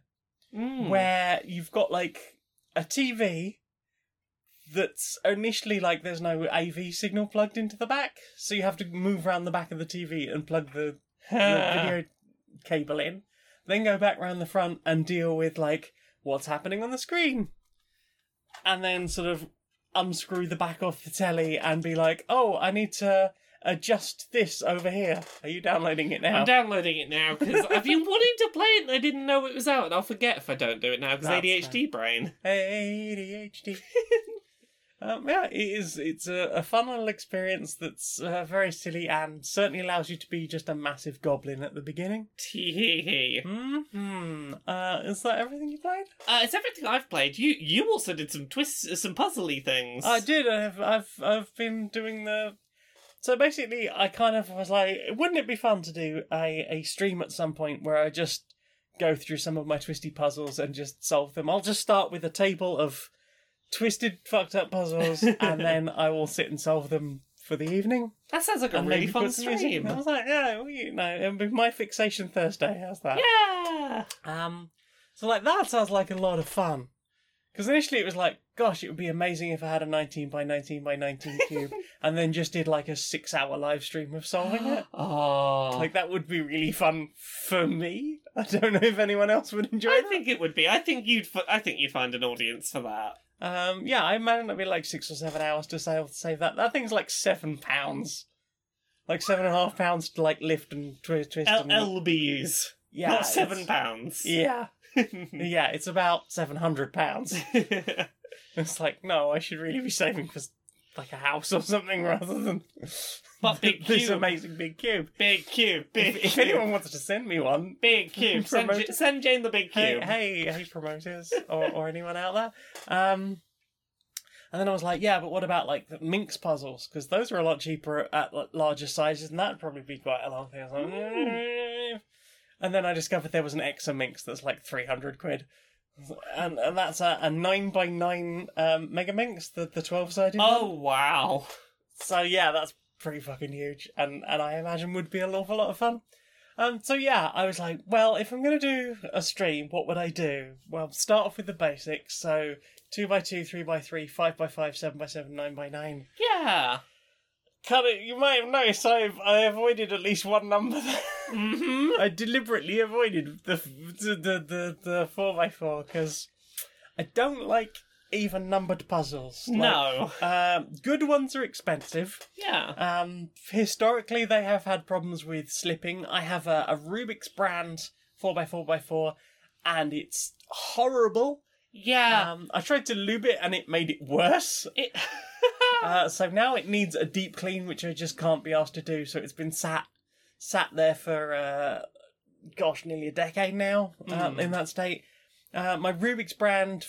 Speaker 1: Hmm.
Speaker 2: Mm.
Speaker 1: where you've got like a TV that's initially like there's no AV signal plugged into the back, so you have to move around the back of the TV and plug the the video cable in, then go back round the front and deal with like what's happening on the screen, and then sort of unscrew the back off the telly and be like, oh, I need to adjust this over here. Are you downloading it now?
Speaker 2: I'm downloading it now
Speaker 1: <laughs>
Speaker 2: because I've been wanting to play it and I didn't know it was out, and I'll forget if I don't do it now because
Speaker 1: That's
Speaker 2: ADHD brain. <laughs>
Speaker 1: ADHD. <laughs> Um, yeah, it is. It's a, a fun little experience that's uh, very silly and certainly allows you to be just a massive goblin at the beginning.
Speaker 2: Tee hee hee.
Speaker 1: Hmm. Uh, is that everything you played?
Speaker 2: Uh, it's everything I've played. You you also did some twists, uh, some puzzly things.
Speaker 1: I did. I've I've I've been doing the. So basically, I kind of was like, wouldn't it be fun to do a, a stream at some point where I just go through some of my twisty puzzles and just solve them? I'll just start with a table of twisted, fucked up
Speaker 2: <laughs>
Speaker 1: puzzles, and then I will sit and solve them for the evening.
Speaker 2: That sounds like a
Speaker 1: and
Speaker 2: really
Speaker 1: maybe
Speaker 2: fun
Speaker 1: put some music-
Speaker 2: stream.
Speaker 1: I was like, yeah, well, you know, it'll be my fixation Thursday. How's that?
Speaker 2: Yeah.
Speaker 1: Um, so like that sounds like a lot of fun. Because initially it was like, gosh, it would be amazing if I had a 19 by 19 by
Speaker 2: <laughs>
Speaker 1: 19 cube, and then just did like a six hour live stream of solving it.
Speaker 2: <gasps> Oh.
Speaker 1: Like that would be really fun for me. <laughs> I don't know if anyone else would enjoy
Speaker 2: I
Speaker 1: that.
Speaker 2: think it would be. I think you'd. F- I think you'd find an audience for that.
Speaker 1: Um, yeah, I imagine it'd be like six or seven hours to save, save that. That thing's like seven pounds, like seven and a half pounds to like lift and twi- twist.
Speaker 2: L-
Speaker 1: and,
Speaker 2: LBUs,
Speaker 1: yeah,
Speaker 2: not
Speaker 1: it's-
Speaker 2: seven pounds.
Speaker 1: Yeah,
Speaker 2: <laughs>
Speaker 1: yeah, <laughs> it's about seven hundred pounds. It's like, no, I should really be saving for like a house or something rather than
Speaker 2: But
Speaker 1: <laughs>
Speaker 2: big
Speaker 1: this
Speaker 2: cube.
Speaker 1: amazing big cube.
Speaker 2: big cube. Big.
Speaker 1: If, if
Speaker 2: cube.
Speaker 1: anyone wants to send me one, <laughs>
Speaker 2: Big cube. Send,
Speaker 1: Promote-
Speaker 2: Ja- send Jane the big
Speaker 1: hey,
Speaker 2: cube.
Speaker 1: hey, hey, promoters or, or anyone out there. Um, and then I was like, yeah, but what about like the minx puzzles? Because those are a lot cheaper at, l- larger sizes, and that'd probably be quite a long thing. I was like, "Mm." and then I discovered there was an Exa minx that's like three hundred quid. And, and that's a, a nine by nine um, mega minx, the the twelve sided.
Speaker 2: Oh wow.
Speaker 1: So yeah, that's pretty fucking huge, and and I imagine would be an awful lot of fun. Um, so yeah, I was like, well, if I'm gonna do a stream, what would I do? Well, start off with the basics. So two by two, three by three, five by five, seven by seven, nine by nine.
Speaker 2: Yeah.
Speaker 1: Kind of, you might have noticed I've I avoided at least one number. there. <laughs>
Speaker 2: hmm
Speaker 1: I deliberately avoided the the the the, the four by four because I don't like even numbered puzzles. Like,
Speaker 2: No.
Speaker 1: um, good ones are expensive.
Speaker 2: Yeah.
Speaker 1: Um, historically, they have had problems with slipping. I have a, a Rubik's brand 4x4x4, and it's horrible.
Speaker 2: Yeah.
Speaker 1: Um, I tried to lube it, and it made it worse.
Speaker 2: it...
Speaker 1: Uh, so now it needs a deep clean, which I just can't be asked to do. So it's been sat sat there for uh, gosh, nearly a decade now um,
Speaker 2: Mm.
Speaker 1: in that state. Uh, my Rubik's brand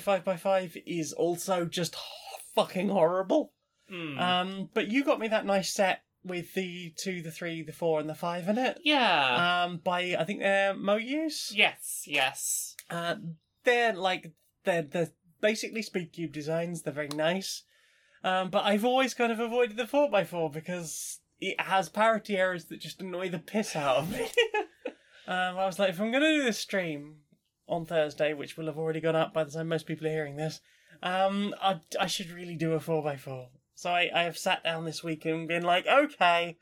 Speaker 1: 5x5x5 is also just h- fucking horrible.
Speaker 2: Hmm.
Speaker 1: Um, but you got me that nice set with the 2, the 3, the 4, and the 5 in it.
Speaker 2: yeah.
Speaker 1: Um, by, I think they're Moyus.
Speaker 2: yes. Yes.
Speaker 1: Uh, they're like they're the basically speed cube designs. They're very nice, um, but I've always kind of avoided the four x four because it has parity errors that just annoy the piss out of me. <laughs> um, I was like, if I'm gonna do this stream on Thursday, which will have already gone up by the time most people are hearing this, um, I I should really do a four x four. So I, I have sat down this week and been like, okay,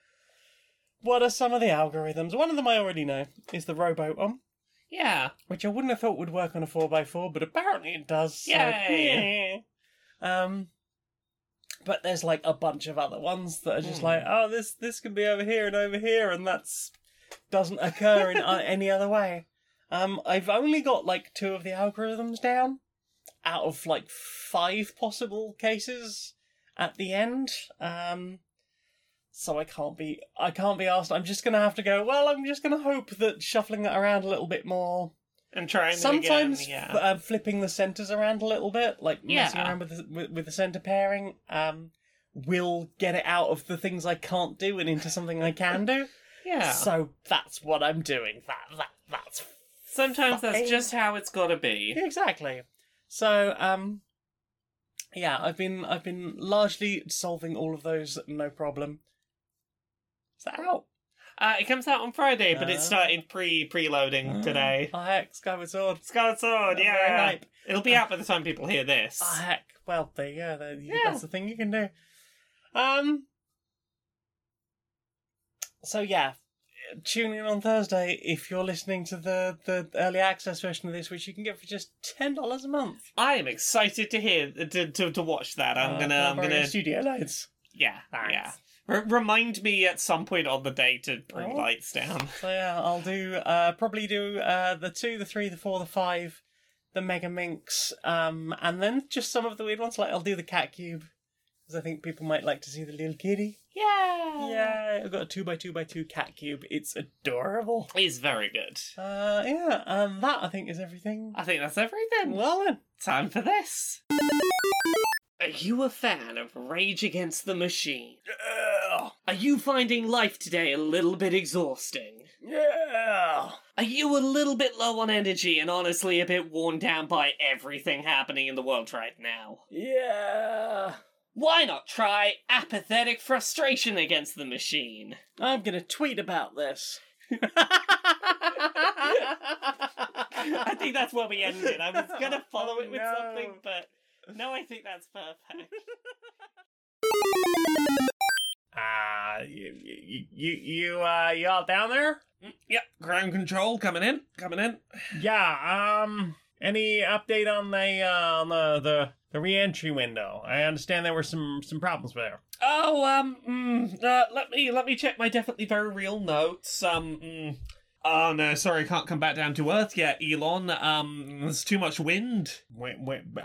Speaker 1: what are some of the algorithms? One of them I already know is the um, rowboat one
Speaker 2: Yeah.
Speaker 1: which I wouldn't have thought would work on a 4x4, but apparently it does. So,
Speaker 2: Yay.
Speaker 1: Um, but there's like a bunch of other ones that are just
Speaker 2: Hmm.
Speaker 1: like, oh, this this can be over here and over here, and that's doesn't occur in uh, any other way. Um, I've only got like two of the algorithms down out of like five possible cases at the end. Um, so I can't be I can't be asked. I'm just gonna have to go. Well, I'm just gonna hope that shuffling it around a little bit more
Speaker 2: And trying
Speaker 1: sometimes
Speaker 2: it again.
Speaker 1: f- uh, flipping the centers around a little bit, like messing
Speaker 2: Yeah.
Speaker 1: around with the, with, with the center pairing, um, will get it out of the things I can't do and into something I can do.
Speaker 2: <laughs> yeah. Yeah.
Speaker 1: So that's what I'm doing. That that that's
Speaker 2: Sometimes
Speaker 1: Fucking-
Speaker 2: that's just how it's got to be.
Speaker 1: yeah, exactly. So um, yeah, I've been I've been largely solving all of those, no problem. Is that out?
Speaker 2: Uh, it comes out on Friday, but
Speaker 1: Ah.
Speaker 2: it started pre preloading
Speaker 1: Ah.
Speaker 2: today.
Speaker 1: I hack Skyward Sword.
Speaker 2: Scarlet Sword,
Speaker 1: Very Uh,
Speaker 2: yeah.
Speaker 1: hype.
Speaker 2: It'll be out by the time people hear this.
Speaker 1: Ah, heck. Well, there you go. There, you-
Speaker 2: Yeah.
Speaker 1: That's the thing you can do. Um. So yeah, tune in on Thursday if you're listening to the the early access version of this, which you can get for just ten dollars a month.
Speaker 2: I am excited to hear to to, to watch that. I'm
Speaker 1: Uh,
Speaker 2: gonna I'm
Speaker 1: Barbarian
Speaker 2: gonna
Speaker 1: studio lights.
Speaker 2: yeah
Speaker 1: Thanks.
Speaker 2: yeah. R- remind me at some point on the day to bring
Speaker 1: Oh.
Speaker 2: lights down.
Speaker 1: So yeah, I'll do uh probably do uh the two, the three, the four, the five, the Mega Minx, um, and then just some of the weird ones. Like I'll do the Cat Cube because I think people might like to see the little kitty.
Speaker 2: Yeah,
Speaker 1: <laughs> Yeah, I've got a two by two by two cat cube. It's adorable.
Speaker 2: He's very good.
Speaker 1: Uh, yeah, and that I think is everything.
Speaker 2: I think that's everything.
Speaker 1: Well then,
Speaker 2: Time for this. Are you a fan of Rage Against the Machine?
Speaker 1: yeah,
Speaker 2: Are you finding life today a little bit exhausting?
Speaker 1: yeah,
Speaker 2: Are you a little bit low on energy and honestly a bit worn down by everything happening in the world right now?
Speaker 1: yeah.
Speaker 2: Why not try apathetic frustration against the machine?
Speaker 1: I'm gonna tweet about <laughs> this.
Speaker 2: I think that's where we ended. I was gonna follow it with
Speaker 1: No.
Speaker 2: something, but no, I think that's perfect.
Speaker 1: Ah, you, you, you, you, uh, you all down there?
Speaker 2: <laughs> yep, ground control coming in, coming in.
Speaker 1: Yeah. Um. Any update on the uh, on the the the reentry window? I understand there were some some problems there.
Speaker 2: Oh, um, mm, uh, let me let me check my definitely very real notes. Um, mm. oh no, sorry, can't come back down to Earth yet, Elon. Um, there's too much wind.
Speaker 1: Wait, wait, uh,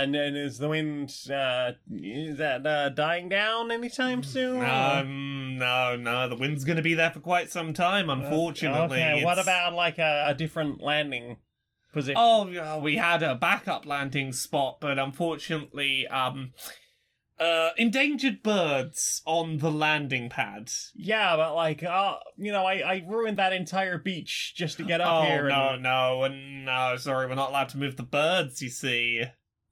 Speaker 1: and, and is the wind uh, is that uh, dying down
Speaker 2: Mm,
Speaker 1: anytime soon?
Speaker 2: Um, no, no, the wind's going to be there for quite some time,
Speaker 1: Uh,
Speaker 2: unfortunately.
Speaker 1: okay. What
Speaker 2: It's-
Speaker 1: about like a, a different landing position?
Speaker 2: Oh, yeah, we had a backup landing spot, but unfortunately, um, uh, endangered birds on the landing pad.
Speaker 1: yeah, but like, uh, you know, I, I ruined that entire beach just to get up
Speaker 2: oh
Speaker 1: here.
Speaker 2: no,
Speaker 1: and,
Speaker 2: no, and no! Sorry, we're not allowed to move the birds. You see.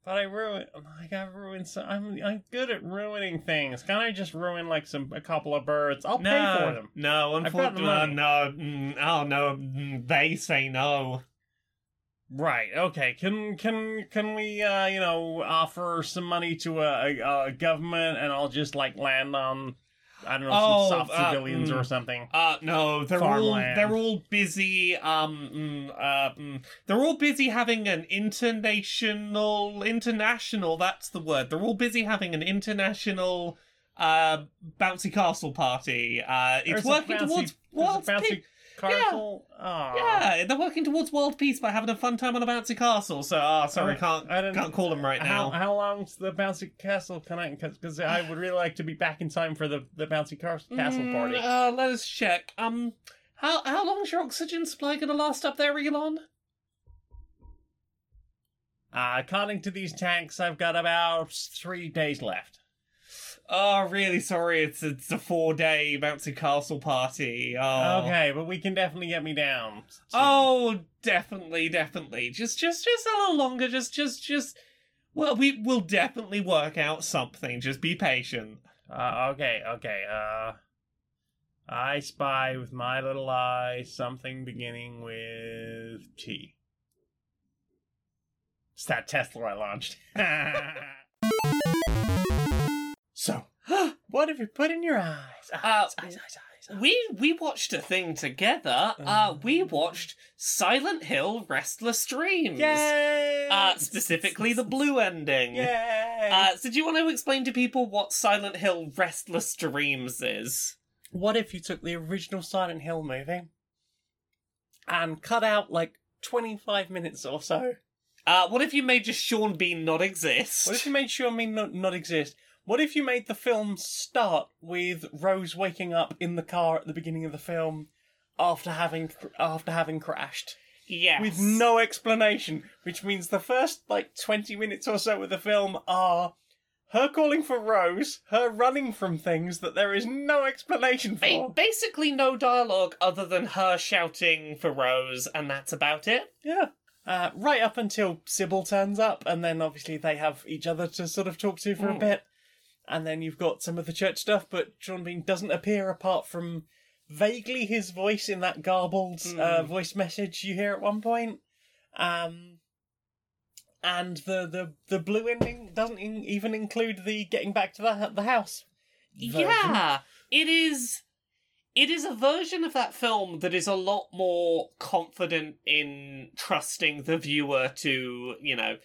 Speaker 1: but I ruined. Like, I ruined. So I'm I'm good at ruining things. Can I just ruin like some a couple of birds? I'll
Speaker 2: no,
Speaker 1: pay for them.
Speaker 2: No,
Speaker 1: I've got the money.
Speaker 2: unfortunately, no. mm, Oh no, mm, they say no.
Speaker 1: Right. Okay. Can can can we uh you know offer some money to a, a, a government and I'll just like land on I don't know
Speaker 2: Oh,
Speaker 1: some soft
Speaker 2: uh,
Speaker 1: civilians
Speaker 2: mm.
Speaker 1: or something.
Speaker 2: Uh no, they're all
Speaker 1: Farmland.
Speaker 2: they're all busy. Um, mm, uh, mm, they're all busy having an international international. That's the word. They're all busy having an international uh bouncy castle party. Uh,
Speaker 1: There's
Speaker 2: it's
Speaker 1: a
Speaker 2: working
Speaker 1: bouncy-
Speaker 2: towards world
Speaker 1: There's a bouncy
Speaker 2: peace.
Speaker 1: castle. Aw.
Speaker 2: Yeah, they're working towards world peace by having a fun time on a bouncy castle. So, ah, sorry,
Speaker 1: Uh,
Speaker 2: can't
Speaker 1: I don't-
Speaker 2: can't call them right
Speaker 1: How,
Speaker 2: now.
Speaker 1: how long's the bouncy castle connect? Because I would really like to be back in time for the, the bouncy car- castle
Speaker 2: Mm,
Speaker 1: party.
Speaker 2: Uh, let us check. Um, how how long's your oxygen supply gonna last up there, Elon?
Speaker 3: Uh, according to these tanks, I've got about three days left.
Speaker 2: Oh, really sorry. It's it's a four day Bouncy Castle party. Oh.
Speaker 3: Okay, but we can definitely get me down. to-
Speaker 2: Oh, definitely, definitely. Just, just, just a little longer. Just, just, just. Well, we will definitely work out something. Just be patient.
Speaker 3: Uh, okay, okay. Uh, I spy with my little eye something beginning with T. It's that Tesla I launched. <laughs> so, <gasps> what have you put in your eyes? Ah,
Speaker 2: Uh,
Speaker 3: Eyes, eyes, eyes, eyes.
Speaker 2: we we watched a thing together. Uh, we watched Silent Hill: Restless Dreams.
Speaker 3: Yay!
Speaker 2: Uh, specifically the blue ending.
Speaker 3: Yay!
Speaker 2: Uh, so do you want to explain to people what Silent Hill: Restless Dreams is?
Speaker 3: what if you took the original Silent Hill movie and cut out like 25 minutes or so?
Speaker 2: Uh, what if you made just Sean Bean not exist?
Speaker 3: What if you made Sure Me not, not exist? What if you made the film start with Rose waking up in the car at the beginning of the film after having cr- after having crashed
Speaker 2: yes.
Speaker 3: with no explanation, which means the first like 20 minutes or so of the film are her calling for Rose, her running from things that there is no explanation
Speaker 2: Ba-
Speaker 3: for.
Speaker 2: basically no dialogue other than her shouting for Rose, and that's about it.
Speaker 3: Yeah. Uh, right up until Sybil turns up, and then obviously they have each other to sort of talk to for a
Speaker 2: Mm.
Speaker 3: bit. And then you've got some of the church stuff, but Sean Bean doesn't appear apart from vaguely his voice in that garbled uh,
Speaker 2: Mm.
Speaker 3: voice message you hear at one point. Um, and the, the, the blue ending doesn't in, even include the getting back to the, the house. version.
Speaker 2: Yeah, it is. It is a version of that film that is a lot more confident in trusting the viewer to, you know,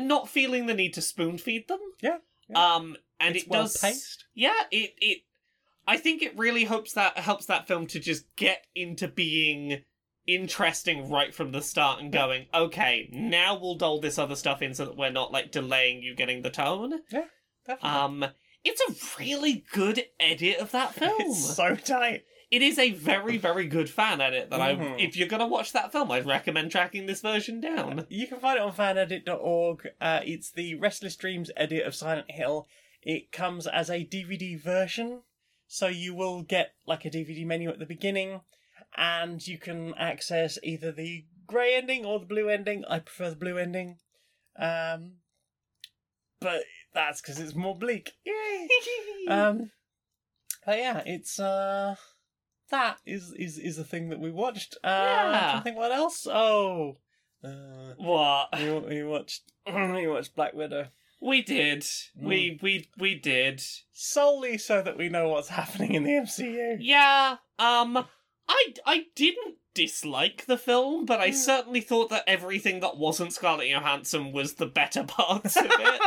Speaker 2: not feeling the need to spoon feed them.
Speaker 3: Yeah,
Speaker 2: Um, and
Speaker 3: It's
Speaker 2: it does.
Speaker 3: well-paced.
Speaker 2: Yeah, it it. I think it really hopes that helps that film to just get into being interesting right from the start and going, okay, now we'll dole this other stuff in so that we're not like delaying you getting the tone.
Speaker 3: Definitely.
Speaker 2: Um, it's a really good edit of
Speaker 3: <laughs>
Speaker 2: that film.
Speaker 3: It's so tight.
Speaker 2: It is a very, very good fan edit that I.
Speaker 3: Mhm.
Speaker 2: If you're gonna watch that film, I'd recommend tracking this version
Speaker 3: <laughs>
Speaker 2: down.
Speaker 3: You can find it on fanedit.org. Uh, it's the Restless Dreams edit of Silent Hill. It comes as a DVD version, so you will get like a DVD menu at the beginning, and you can access either the grey ending or the blue ending. I prefer the blue ending, um, but that's because it's more bleak.
Speaker 2: <laughs>
Speaker 3: Yay! um, but yeah, it's uh, that is is is a thing that we watched. Uh,
Speaker 2: Yeah.
Speaker 3: I think what else? Oh. Uh,
Speaker 2: what
Speaker 3: we, we watched <laughs> we watched Black Widow
Speaker 2: we did, we
Speaker 3: Mm.
Speaker 2: we we did.
Speaker 3: solely so that we know what's happening in the MCU.
Speaker 2: Yeah. Um. I I didn't dislike the film, but I
Speaker 3: Mm.
Speaker 2: certainly thought that everything that wasn't Scarlett Johansson was the better <laughs> parts of it.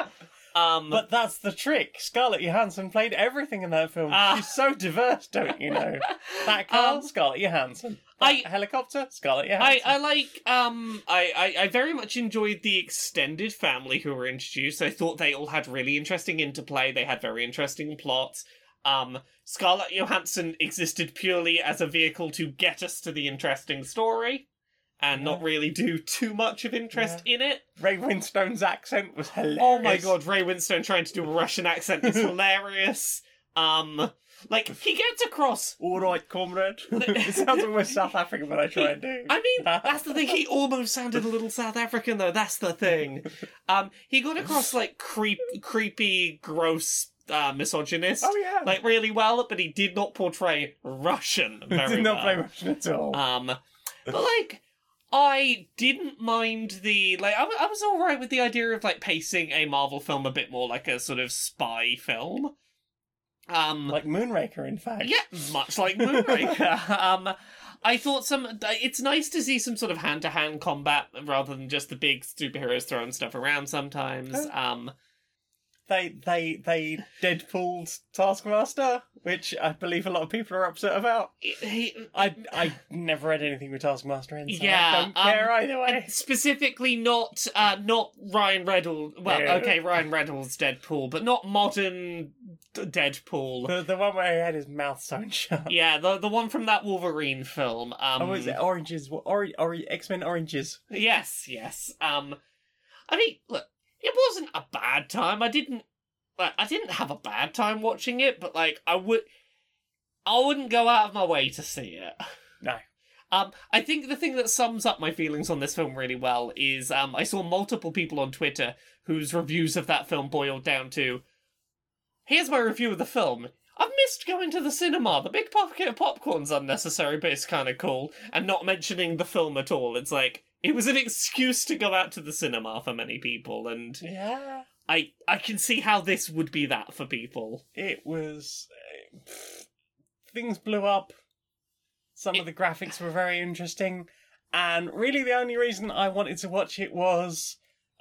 Speaker 2: Um.
Speaker 3: But that's the trick. Scarlett Johansson played everything in that film.
Speaker 2: Ah.
Speaker 3: She's so
Speaker 2: <laughs>
Speaker 3: diverse, don't you know? That car,
Speaker 2: um,
Speaker 3: Scarlett Johansson. That
Speaker 2: I-
Speaker 3: helicopter, Scarlett
Speaker 2: I,
Speaker 3: Johansson.
Speaker 2: I like um I, I, I very much enjoyed the extended family who were introduced. I thought they all had really interesting interplay. They had very interesting plots. Um, Scarlett Johansson existed purely as a vehicle to get us to the interesting story, and not
Speaker 3: Yeah.
Speaker 2: really do too much of interest in it.
Speaker 3: Ray Winstone's accent was hilarious.
Speaker 2: Oh my god, Ray Winstone trying to do a Russian accent is hilarious. Um, like he gets across
Speaker 3: All right,
Speaker 1: <laughs>
Speaker 3: comrade. it sounds almost South African when I try and do.
Speaker 2: I mean, that's the thing. He almost sounded a little South African, though. That's the thing. Um, he got across like creep, creepy, gross, uh, misogynist,
Speaker 3: oh yeah,
Speaker 2: like really well, but he did not portray
Speaker 3: <laughs>
Speaker 2: Russian very
Speaker 3: did not play
Speaker 2: well.
Speaker 3: Russian at all.
Speaker 2: Um, but like, I didn't mind the like. I, wa- I was all right with the idea of like pacing a Marvel film a bit more like a sort of spy film. Um,
Speaker 3: like Moonraker, in fact.
Speaker 2: yeah, much like Moonraker.
Speaker 3: <laughs>
Speaker 2: um, I thought some. It's nice to see some sort of hand to hand combat rather than just the big superheroes throwing stuff around sometimes.
Speaker 3: Oh.
Speaker 2: Um,
Speaker 3: they they they Deadpooled Taskmaster, which I believe a lot of people are upset about.
Speaker 2: it- he,
Speaker 3: I I never read anything with Taskmaster in, so
Speaker 2: Yeah,
Speaker 3: I don't care either way.
Speaker 2: and specifically not uh, not Ryan Reynolds. Well,
Speaker 3: Yeah.
Speaker 2: okay, Ryan Reynolds Deadpool, but not modern d- Deadpool.
Speaker 3: <laughs> The the one where he had his mouth sewn shut.
Speaker 2: yeah, the the one from that Wolverine film. Um,
Speaker 3: Oh, what was it oranges? What, or, or, X Men oranges?
Speaker 2: Yes, yes. Um I mean, look, it wasn't a bad time. I didn't like I didn't have a bad time watching it, but like I would I wouldn't go out of my way to see it.
Speaker 1: No.
Speaker 2: Um, I think the thing that sums up my feelings on this film really well is um, I saw multiple people on Twitter whose reviews of that film boiled down to here's my review of the film. I've missed going to the cinema. The big pocket of popcorn's unnecessary, but it's kind of cool. And not mentioning the film at all. It's like, it was an excuse to go out to the cinema for many people. And
Speaker 1: Yeah.
Speaker 2: I, I can see how this would be that for people.
Speaker 1: It was. eh, pfft, things blew up. Some of the graphics were very interesting. And really, the only reason I wanted to watch it was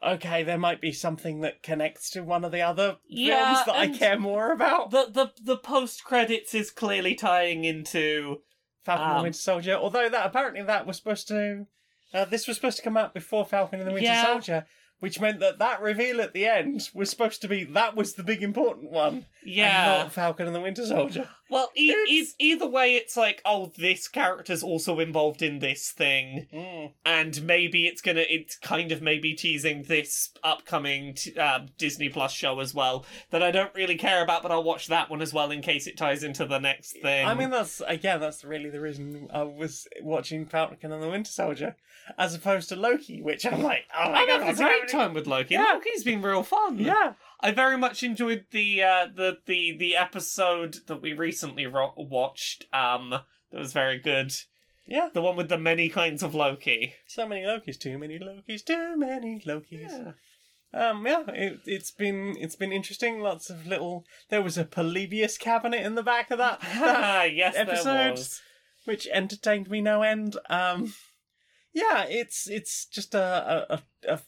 Speaker 1: okay, there might be something that connects to one of the other
Speaker 2: Yeah,
Speaker 1: films that I
Speaker 2: and-
Speaker 1: care more about.
Speaker 2: The, the, the post credits is clearly tying into
Speaker 1: Falcon and
Speaker 2: Um,
Speaker 1: the Winter Soldier. Although that apparently that was supposed to, uh, this was supposed to come out before Falcon and the Winter
Speaker 2: Yeah.
Speaker 1: Soldier, which meant that that reveal at the end was supposed to be that was the big important one, and
Speaker 2: yeah
Speaker 1: not Falcon and the Winter Soldier.
Speaker 2: Well, e- e-
Speaker 1: It's-
Speaker 2: either way, it's like, oh, this character's also involved in this thing, and maybe it's gonna, it's kind of maybe teasing this upcoming t- uh, Disney Plus show as well that I don't really care about, but I'll watch that one as well in case it ties into the next thing.
Speaker 1: I mean, that's again, that's really the reason I was watching Falcon and the Winter Soldier, as opposed to Loki, which I'm like, oh my
Speaker 2: I
Speaker 1: god,
Speaker 2: had a
Speaker 1: that's
Speaker 2: great time with Loki.
Speaker 1: Yeah.
Speaker 2: Loki's been real fun.
Speaker 1: Yeah,
Speaker 2: I very much enjoyed the uh, the the the episode that we recently ro- watched. Um, that was very good.
Speaker 1: yeah.
Speaker 2: The one with the many kinds of Loki.
Speaker 1: So many Lokis, too many Lokis, too many Lokis. Um, yeah, it, it's been it's been interesting. Lots of little. There was a Polybius cabinet in the back of
Speaker 3: <laughs>
Speaker 1: that, that
Speaker 2: <laughs> Ah, yes, there
Speaker 1: episode.
Speaker 2: was.
Speaker 1: which entertained me no end. Um, <laughs> yeah, it's it's just a a, a, a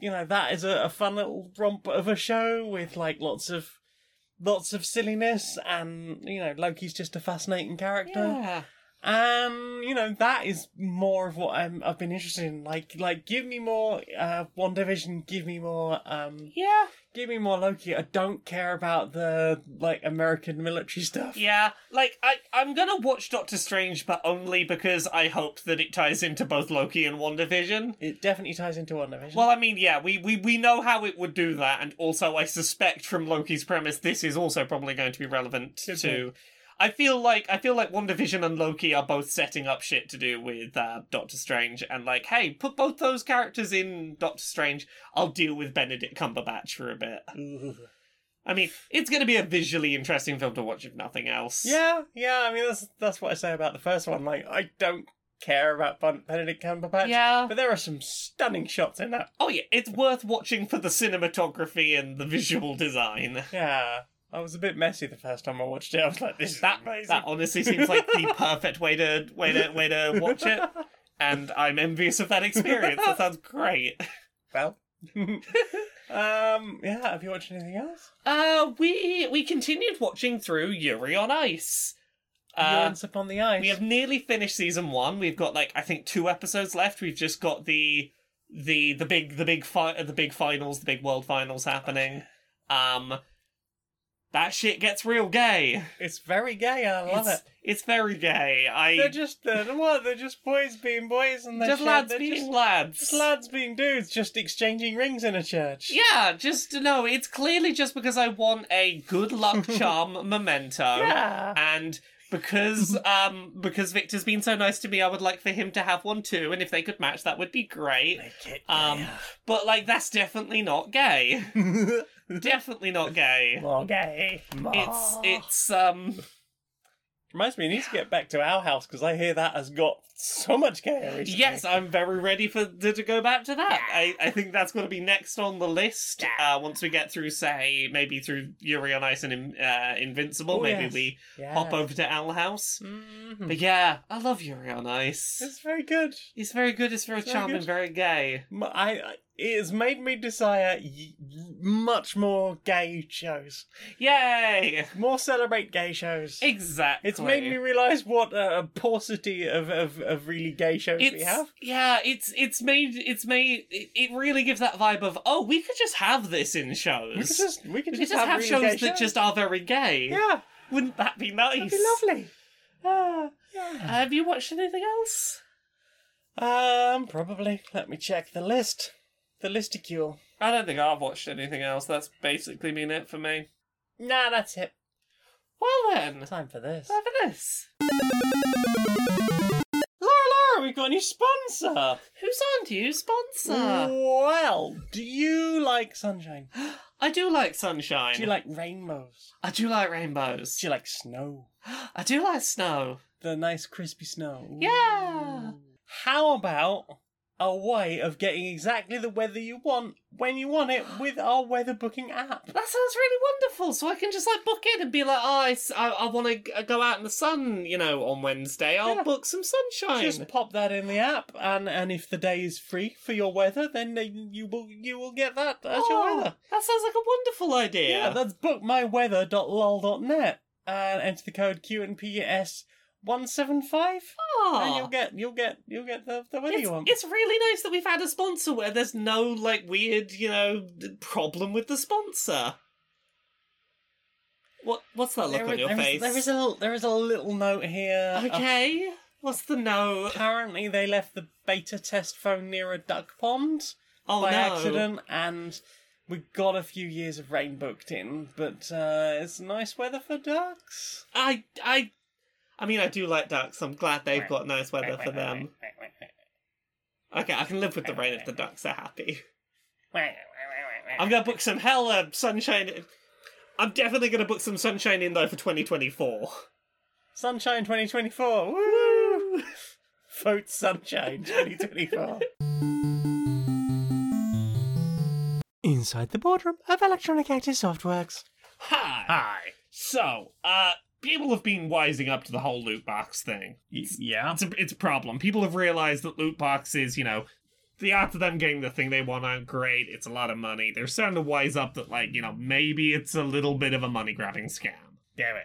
Speaker 1: you know that is a, a fun little romp of a show with like lots of lots of silliness and you know Loki's just a fascinating character.
Speaker 2: Yeah.
Speaker 1: Um, you know that is more of what I'm, I've been interested in. Like, like give me more uh, One Division. Give me more. Um,
Speaker 2: Yeah.
Speaker 1: give me more Loki. I don't care about the like American military stuff.
Speaker 2: Yeah. Like I I'm going to watch Doctor Strange but only because I hope that it ties into both Loki and WandaVision.
Speaker 1: It definitely ties into One Division.
Speaker 2: Well, I mean, yeah, we, we we know how it would do that and also I suspect from Loki's premise this is also probably going to be relevant
Speaker 1: Could
Speaker 2: to I feel like I feel like WandaVision and Loki are both setting up shit to do with uh, Doctor Strange and like, hey, put both those characters in Doctor Strange. I'll deal with Benedict Cumberbatch for a bit. I mean, it's going to be a visually interesting film to watch, if nothing else.
Speaker 1: yeah, yeah. I mean, that's that's what I say about the first one. Like, I don't care about Bun- Benedict Cumberbatch.
Speaker 2: Yeah.
Speaker 1: But there are some stunning shots in that.
Speaker 2: Oh, yeah, it's worth watching for the cinematography and the visual design.
Speaker 1: Yeah, I was a bit messy the first time I watched it. I was like, this is
Speaker 2: That,
Speaker 1: amazing.
Speaker 2: that honestly seems like <laughs> the perfect way to way to way to watch it, and I'm envious of that experience. That sounds great.
Speaker 1: Well, um, yeah. Have you watched anything else?
Speaker 2: Uh, we we continued watching through Yuri on Ice. Uh,
Speaker 1: Urines upon the ice.
Speaker 2: we have nearly finished season one. We've got like I think two episodes left. We've just got the the the big the big fi- the big finals, the big world finals happening. Um, that shit gets real gay.
Speaker 1: It's very gay. and I love
Speaker 2: it's,
Speaker 1: it.
Speaker 2: It's very gay. I
Speaker 1: They're just they're, what? They're just boys being boys, and they're
Speaker 2: just lads
Speaker 1: they're
Speaker 2: being
Speaker 1: just,
Speaker 2: lads.
Speaker 1: just lads being dudes, just exchanging rings in a church.
Speaker 2: yeah, just no. It's clearly just because I want a good
Speaker 1: <laughs>
Speaker 2: luck charm memento.
Speaker 1: Yeah.
Speaker 2: and
Speaker 1: <laughs>
Speaker 2: because um because Victor's been so nice to me, I would like for him to have one too. And if they could match, that would be great.
Speaker 1: Make it
Speaker 2: Um, but like that's definitely
Speaker 1: <laughs>
Speaker 2: not gay.
Speaker 1: gayer.
Speaker 2: definitely not gay.
Speaker 1: more gay. More.
Speaker 2: It's it's um
Speaker 1: reminds me. I need to get back to our house because I hear that has got so much gayer recently.
Speaker 2: yes, I'm very ready for to, to go back to that. I, I think that's going to be next on the list. Uh, once we get through, say maybe through Yuri on Ice and uh, Invincible,
Speaker 1: Oh,
Speaker 2: maybe
Speaker 1: yes.
Speaker 2: we
Speaker 1: Yeah.
Speaker 2: hop over to Owl House.
Speaker 1: Mhm.
Speaker 2: But yeah, I love Yuri on Ice.
Speaker 1: It's very good.
Speaker 2: It's very good. It's very
Speaker 1: It's very
Speaker 2: charming,
Speaker 1: good.
Speaker 2: very gay.
Speaker 1: M- I, I- it has made me desire y- much more gay shows.
Speaker 2: Yay!
Speaker 1: More celebrate gay shows.
Speaker 2: Exactly.
Speaker 1: It's made me realise what a paucity of, of, of really gay shows we
Speaker 2: It's
Speaker 1: have.
Speaker 2: yeah. It's it's made it's made it, it really gives that vibe of oh we could just have this in shows.
Speaker 1: We could just we could
Speaker 2: We
Speaker 1: just,
Speaker 2: could just have,
Speaker 1: really
Speaker 2: shows
Speaker 1: gay
Speaker 2: that just are very gay.
Speaker 1: yeah,
Speaker 2: Wouldn't that be nice?
Speaker 1: that'd be lovely. Ah, yeah.
Speaker 2: Have you watched anything else?
Speaker 1: Um, probably. Let me check the list. The listicule.
Speaker 2: I don't think I've watched anything else. That's basically been it for me.
Speaker 1: Nah, that's it.
Speaker 2: Well then, time
Speaker 1: Time for this.
Speaker 2: for this. Laura, Laura,
Speaker 1: We've got a new sponsor.
Speaker 2: who's our new sponsor?
Speaker 1: Well, do you like sunshine?
Speaker 2: <gasps> I do like sunshine.
Speaker 1: Do you like rainbows?
Speaker 2: I do like rainbows.
Speaker 1: Do you like snow?
Speaker 2: <gasps> I do like snow.
Speaker 1: The nice crispy snow.
Speaker 2: Yeah.
Speaker 1: How about a way of getting exactly the weather you want when you want it with our weather booking app?
Speaker 2: That sounds really wonderful. So I can just like book in and be like, oh, I, want to go out in the sun, you know, on Wednesday. I'll
Speaker 1: Yeah.
Speaker 2: book some sunshine.
Speaker 1: Just pop that in the app, and, and if the day is free for your weather, then they- you will you will get that as your
Speaker 2: Oh,
Speaker 1: weather.
Speaker 2: That sounds like a wonderful idea.
Speaker 1: Yeah, that's bookmyweather.lol.net and enter the code QNPS one seven five,
Speaker 2: Ah.
Speaker 1: and you'll get you'll get you'll get the, the weather
Speaker 2: it's,
Speaker 1: you want.
Speaker 2: it's really nice that we've had a sponsor where there's no like weird, you know, d- problem with the sponsor. What? What's that look
Speaker 1: There
Speaker 2: on
Speaker 1: is-
Speaker 2: your
Speaker 1: there is-
Speaker 2: face?
Speaker 1: there is a there is a little note here.
Speaker 2: okay. What's the no?
Speaker 1: Apparently, they left the beta test phone near a duck pond
Speaker 2: Oh
Speaker 1: by
Speaker 2: no!
Speaker 1: accident, and we got a few years of rain booked in. But uh, it's nice weather for ducks.
Speaker 2: I I I mean I do like ducks. I'm glad they've got nice weather
Speaker 1: <laughs>
Speaker 2: for them. Okay, I can live with the rain if the ducks are happy. I'm gonna book some hell uh, sunshine. I'm definitely gonna book some sunshine in though for 2024.
Speaker 1: Sunshine 2024. Woo! <laughs> Vote Sunshine 2024. Inside the boardroom of Electronic Active Softworks.
Speaker 2: Hi.
Speaker 3: Hi.
Speaker 2: So, uh, people have been wising up to the whole loot box thing.
Speaker 3: Y- yeah.
Speaker 2: It's a, it's a problem. People have realized that loot boxes, you know, the odds of them getting the thing they want aren't great. It's a lot of money. They're starting to wise up that, like, you know, maybe it's a little bit of a money grabbing scam.
Speaker 3: Damn it.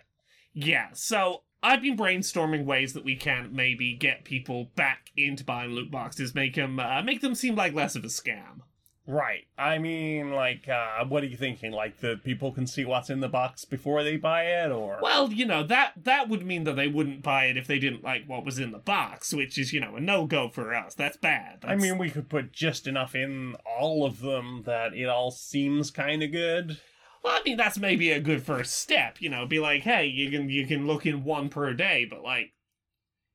Speaker 2: Yeah, so I've been brainstorming ways that we can maybe get people back into buying loot boxes, make them uh, make them seem like less of a scam.
Speaker 3: Right. I mean, like, uh, what are you thinking? Like, the people can see what's in the box before they buy it, or
Speaker 2: Well, you know that that would mean that they wouldn't buy it if they didn't like what was in the box, which is you know a no go for us. That's bad.
Speaker 3: I
Speaker 2: That's-
Speaker 3: mean, we could put just enough in all of them that it all seems kind of good.
Speaker 2: well, I mean that's maybe a good first step. You know, be like, hey, you can you can look in one per day, but like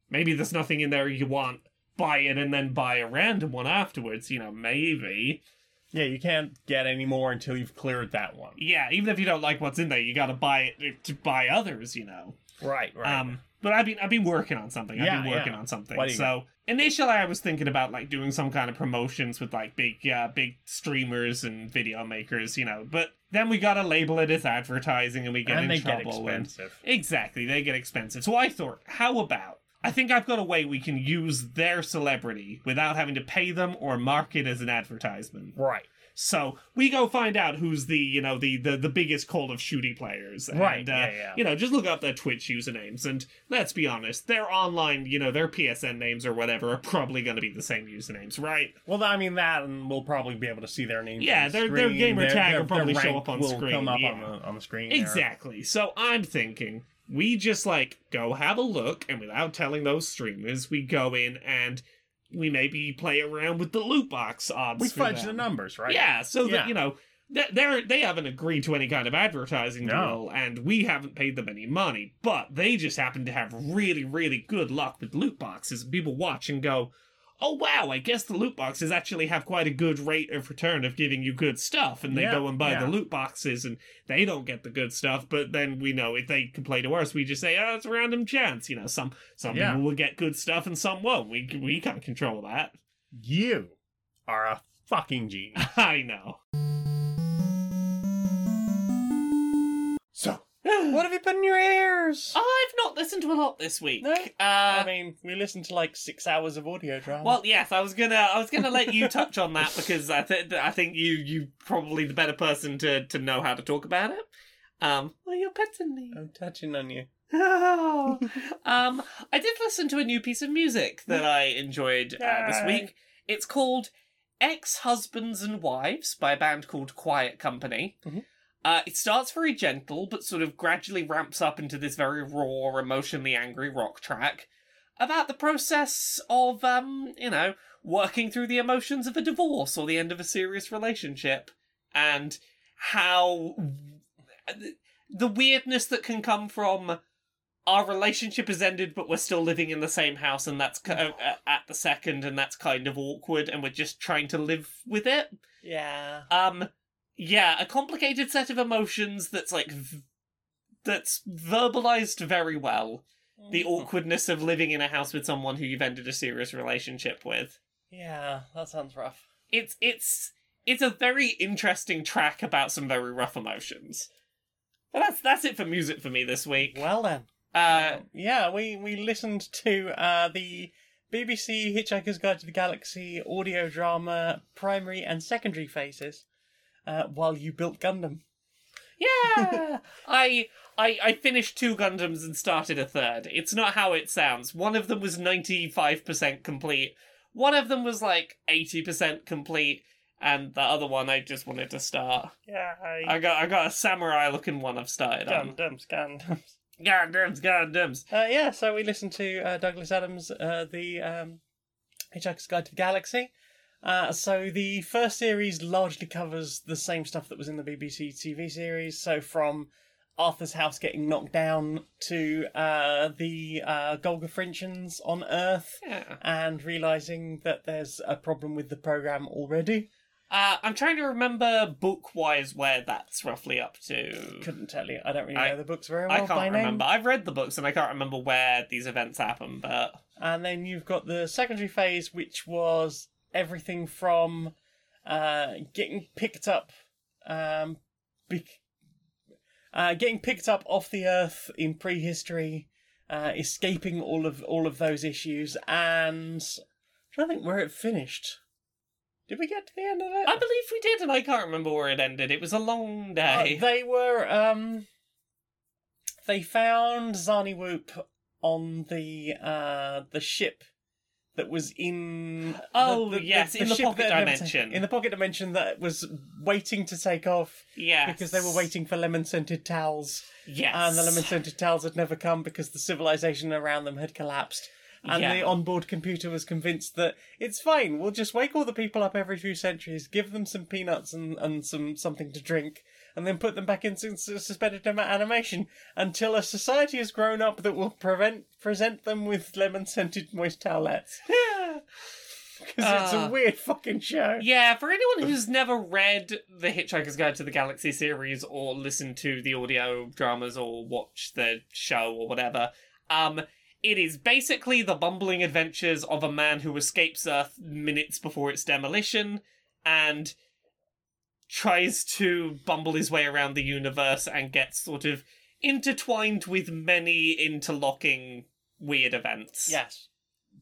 Speaker 2: maybe there's nothing in there you want. Buy it and then buy a random one afterwards. You know, maybe.
Speaker 3: Yeah, you can't get any more until you've cleared that one.
Speaker 2: yeah, even if you don't like what's in there, you gotta buy it eh, to buy others, you know.
Speaker 3: Right.
Speaker 2: Um, but I've been I've been working on something. I've
Speaker 3: Yeah,
Speaker 2: been working
Speaker 3: yeah.
Speaker 2: on something.
Speaker 3: What do you
Speaker 2: so initially, I was thinking about like doing some kind of promotions with like big uh, big streamers and video makers, you know. But then we gotta label it as advertising, and we get in
Speaker 3: and they get
Speaker 2: trouble. and
Speaker 3: expensive.
Speaker 2: Exactly, they get expensive. So I thought, how about I think I've got a way we can use their celebrity without having to pay them or market as an advertisement.
Speaker 3: Right.
Speaker 2: So we go find out who's the you know the the, the biggest Call of Duty players, and,
Speaker 3: Right,
Speaker 2: Uh,
Speaker 3: yeah, yeah.
Speaker 2: You know, just look up their Twitch usernames, and let's be honest, their online, you know, their PSN names or whatever are probably going to be the same usernames, right?
Speaker 3: Well, I mean that, and we'll probably be able to see their names.
Speaker 2: Yeah,
Speaker 3: on
Speaker 2: their-
Speaker 3: the
Speaker 2: their
Speaker 3: screen.
Speaker 2: gamer tag will probably show
Speaker 3: rank
Speaker 2: up on
Speaker 3: will
Speaker 2: screen,
Speaker 3: Come up
Speaker 2: yeah.
Speaker 3: on, the, on the screen. there.
Speaker 2: Exactly. So I'm thinking we just like go have a look, and without telling those streamers, we go in and we maybe play around with the loot box odds.
Speaker 3: We
Speaker 2: for
Speaker 3: fudge the
Speaker 2: them.
Speaker 3: numbers, right?
Speaker 2: Yeah, so that
Speaker 3: Yeah.
Speaker 2: you know th- they're they haven't agreed to any kind of advertising
Speaker 3: No.
Speaker 2: deal, and we haven't paid them any money. But they just happen to have really really good luck with loot boxes. And people watch and go, "Oh wow, I guess the loot boxes actually have quite a good rate of return of giving you good stuff." And they
Speaker 3: Yeah,
Speaker 2: go and buy
Speaker 3: yeah.
Speaker 2: the loot boxes, and they don't get the good stuff. But then we know if they complain to us, we just say, "Oh, it's a random chance." You know, some some
Speaker 3: Yeah.
Speaker 2: people will get good stuff and some won't. We we can't control that. <laughs>
Speaker 3: You are a fucking genius.
Speaker 2: I
Speaker 3: <laughs>
Speaker 2: know. <sighs>
Speaker 3: so
Speaker 1: What have you put in your ears?
Speaker 2: I've not listened to a lot this week.
Speaker 1: No? I
Speaker 2: Uh,
Speaker 1: mean, we listened to like six hours of audio drama.
Speaker 2: well, yes, I was gonna, I was gonna let you touch on that because I think, I think you, you probably the better person to, to know how to talk about it. Um, well, you're petting me.
Speaker 1: I'm touching on you.
Speaker 2: <laughs> um, I did listen to a new piece of music that I enjoyed uh, this
Speaker 1: Yay.
Speaker 2: week. It's called Ex Husbands and Wives by a band called Quiet Company.
Speaker 1: Mhm.
Speaker 2: Uh, it starts very gentle, but sort of gradually ramps up into this very raw, emotionally angry rock track. about the process of, um, you know, working through the emotions of a divorce or the end of a serious relationship and how the weirdness that can come from our relationship is ended but we're still living in the same house and that's ki- uh, at the second and that's kind of awkward and we're just trying to live with it
Speaker 1: Yeah.
Speaker 2: um, yeah, a complicated set of emotions that's like v- that's verbalized very well.
Speaker 1: Hmm.
Speaker 2: The awkwardness of living in a house with someone who you've ended a serious relationship with.
Speaker 1: Yeah, that sounds rough.
Speaker 2: It's it's it's a very interesting track about some very rough emotions. But that's that's it for music for me this week.
Speaker 1: Well then.
Speaker 2: Uh,
Speaker 1: yeah, we, we listened to uh, the BBC Hitchhiker's Guide to the Galaxy audio drama primary and secondary phases uh, while you built Gundam.
Speaker 2: yeah, <laughs> I. I, I finished two Gundams and started a third. It's not how it sounds. One of them was 95% complete. One of them was like 80% complete. And the other one I just wanted to start.
Speaker 1: Yeah,
Speaker 2: I got I got a samurai looking one I've started on.
Speaker 1: Gundams, Gundams.
Speaker 2: Gundams, Gundams.
Speaker 1: <laughs> Uh, yeah, so we listened to uh, Douglas Adams, uh, the um, Hitchhiker's Guide to the Galaxy. Uh, so the first series largely covers the same stuff that was in the BBC TV series. So from Arthur's house getting knocked down to uh, the uh, Golga Frinchans on Earth
Speaker 2: Yeah.
Speaker 1: and realizing that there's a problem with the program already.
Speaker 2: Uh, I'm trying to remember book wise where that's roughly up to.
Speaker 1: Couldn't tell you. I don't really
Speaker 2: I-
Speaker 1: know the books very well
Speaker 2: I
Speaker 1: by
Speaker 2: can't
Speaker 1: name.
Speaker 2: remember. I've read the books and I can't remember where these events happen, but
Speaker 1: And then you've got the secondary phase, which was everything from uh, getting picked up, um, bec- uh, getting picked up off the earth in prehistory, uh, escaping all of all of those issues, and i trying to think where it finished. Did we get to the end of it?
Speaker 2: I believe we did, and I can't remember where it ended. It was a long day.
Speaker 1: Uh, they were um they found Zani Whoop on the uh the ship that was <laughs> in
Speaker 2: Oh, yes, in the
Speaker 1: ship
Speaker 2: pocket
Speaker 1: that had never ta-
Speaker 2: dimension.
Speaker 1: in the pocket dimension that was waiting to take off
Speaker 2: yeah,
Speaker 1: because they were waiting for lemon scented towels
Speaker 2: Yes,
Speaker 1: and the lemon scented towels had never come because the civilization around them had collapsed. And
Speaker 2: Yeah.
Speaker 1: the onboard computer was convinced that it's fine, we'll just wake all the people up every few centuries, give them some peanuts and, and some something to drink, and then put them back in sus- suspended anim- animation until a society has grown up that will prevent present them with lemon scented moist towelettes.
Speaker 2: <laughs>
Speaker 1: Because it's
Speaker 2: Ah.
Speaker 1: a weird fucking show.
Speaker 2: Yeah, for anyone who's never read the Hitchhiker's Guide to the Galaxy series or listened to the audio dramas or watched the show or whatever, um, it is basically the bumbling adventures of a man who escapes Earth minutes before its demolition and tries to bumble his way around the universe and gets sort of intertwined with many interlocking weird events.
Speaker 1: Yes.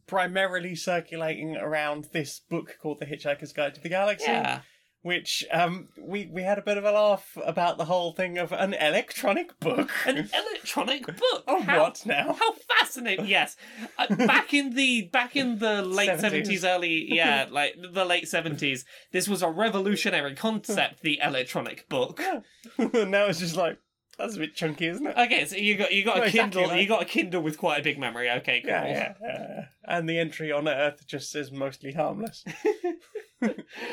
Speaker 1: Primarily circulating around this book called The Hitchhiker's Guide to the Galaxy.
Speaker 2: Yeah.
Speaker 1: which um we we had a bit of a laugh about the whole thing of an electronic book.
Speaker 2: An electronic book.
Speaker 1: <laughs> oh,
Speaker 2: How
Speaker 1: what now? <laughs>
Speaker 2: How fascinating! Yes, uh, back in the back in the late
Speaker 1: 70s.
Speaker 2: seventies, early yeah, like the late seventies, this was a revolutionary concept. The electronic book.
Speaker 1: now it's just like that's a bit chunky, isn't it?
Speaker 2: Okay, so you got you got a
Speaker 1: No, exactly,
Speaker 2: Kindle,
Speaker 1: like-
Speaker 2: you got a Kindle with quite a big memory. Okay, cool.
Speaker 1: Yeah, yeah, yeah. And the entry on Earth just says mostly harmless.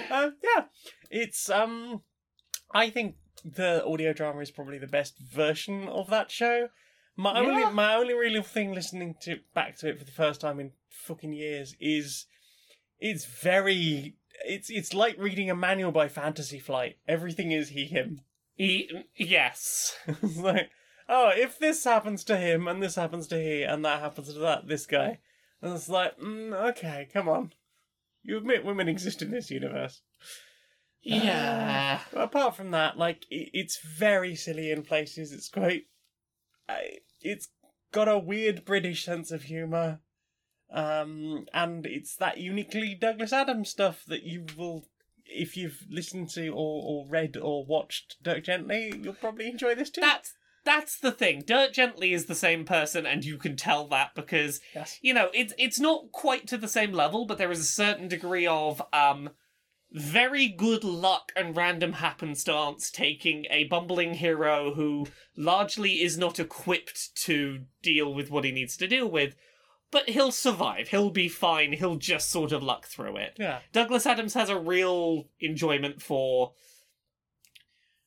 Speaker 1: uh, yeah, it's um, I think the audio drama is probably the best version of that show. My
Speaker 2: Yeah.
Speaker 1: only my only real thing listening to back to it for the first time in fucking years is it's very it's it's like reading a manual by Fantasy Flight. Everything is he him.
Speaker 2: E- yes,
Speaker 1: <laughs> It's like, oh, if this happens to him and this happens to he and that happens to that this guy, and it's like, mm, okay, come on, you admit women exist in this universe.
Speaker 2: yeah.
Speaker 1: But apart from that, like i it's very silly in places. It's quite, I it's got a weird British sense of humor, um, and it's that uniquely Douglas Adams stuff that you will. If you've listened to or, or read or watched Dirk Gently, you'll probably enjoy this too.
Speaker 2: That's that's the thing. Dirt Gently is the same person, and you can tell that because
Speaker 1: Yes.
Speaker 2: you know it's it's not quite to the same level, but there is a certain degree of um very good luck and random happenstance taking a bumbling hero who largely is not equipped to deal with what he needs to deal with, but he'll survive. He'll be fine. He'll just sort of luck through it.
Speaker 1: Yeah.
Speaker 2: Douglas Adams has a real enjoyment for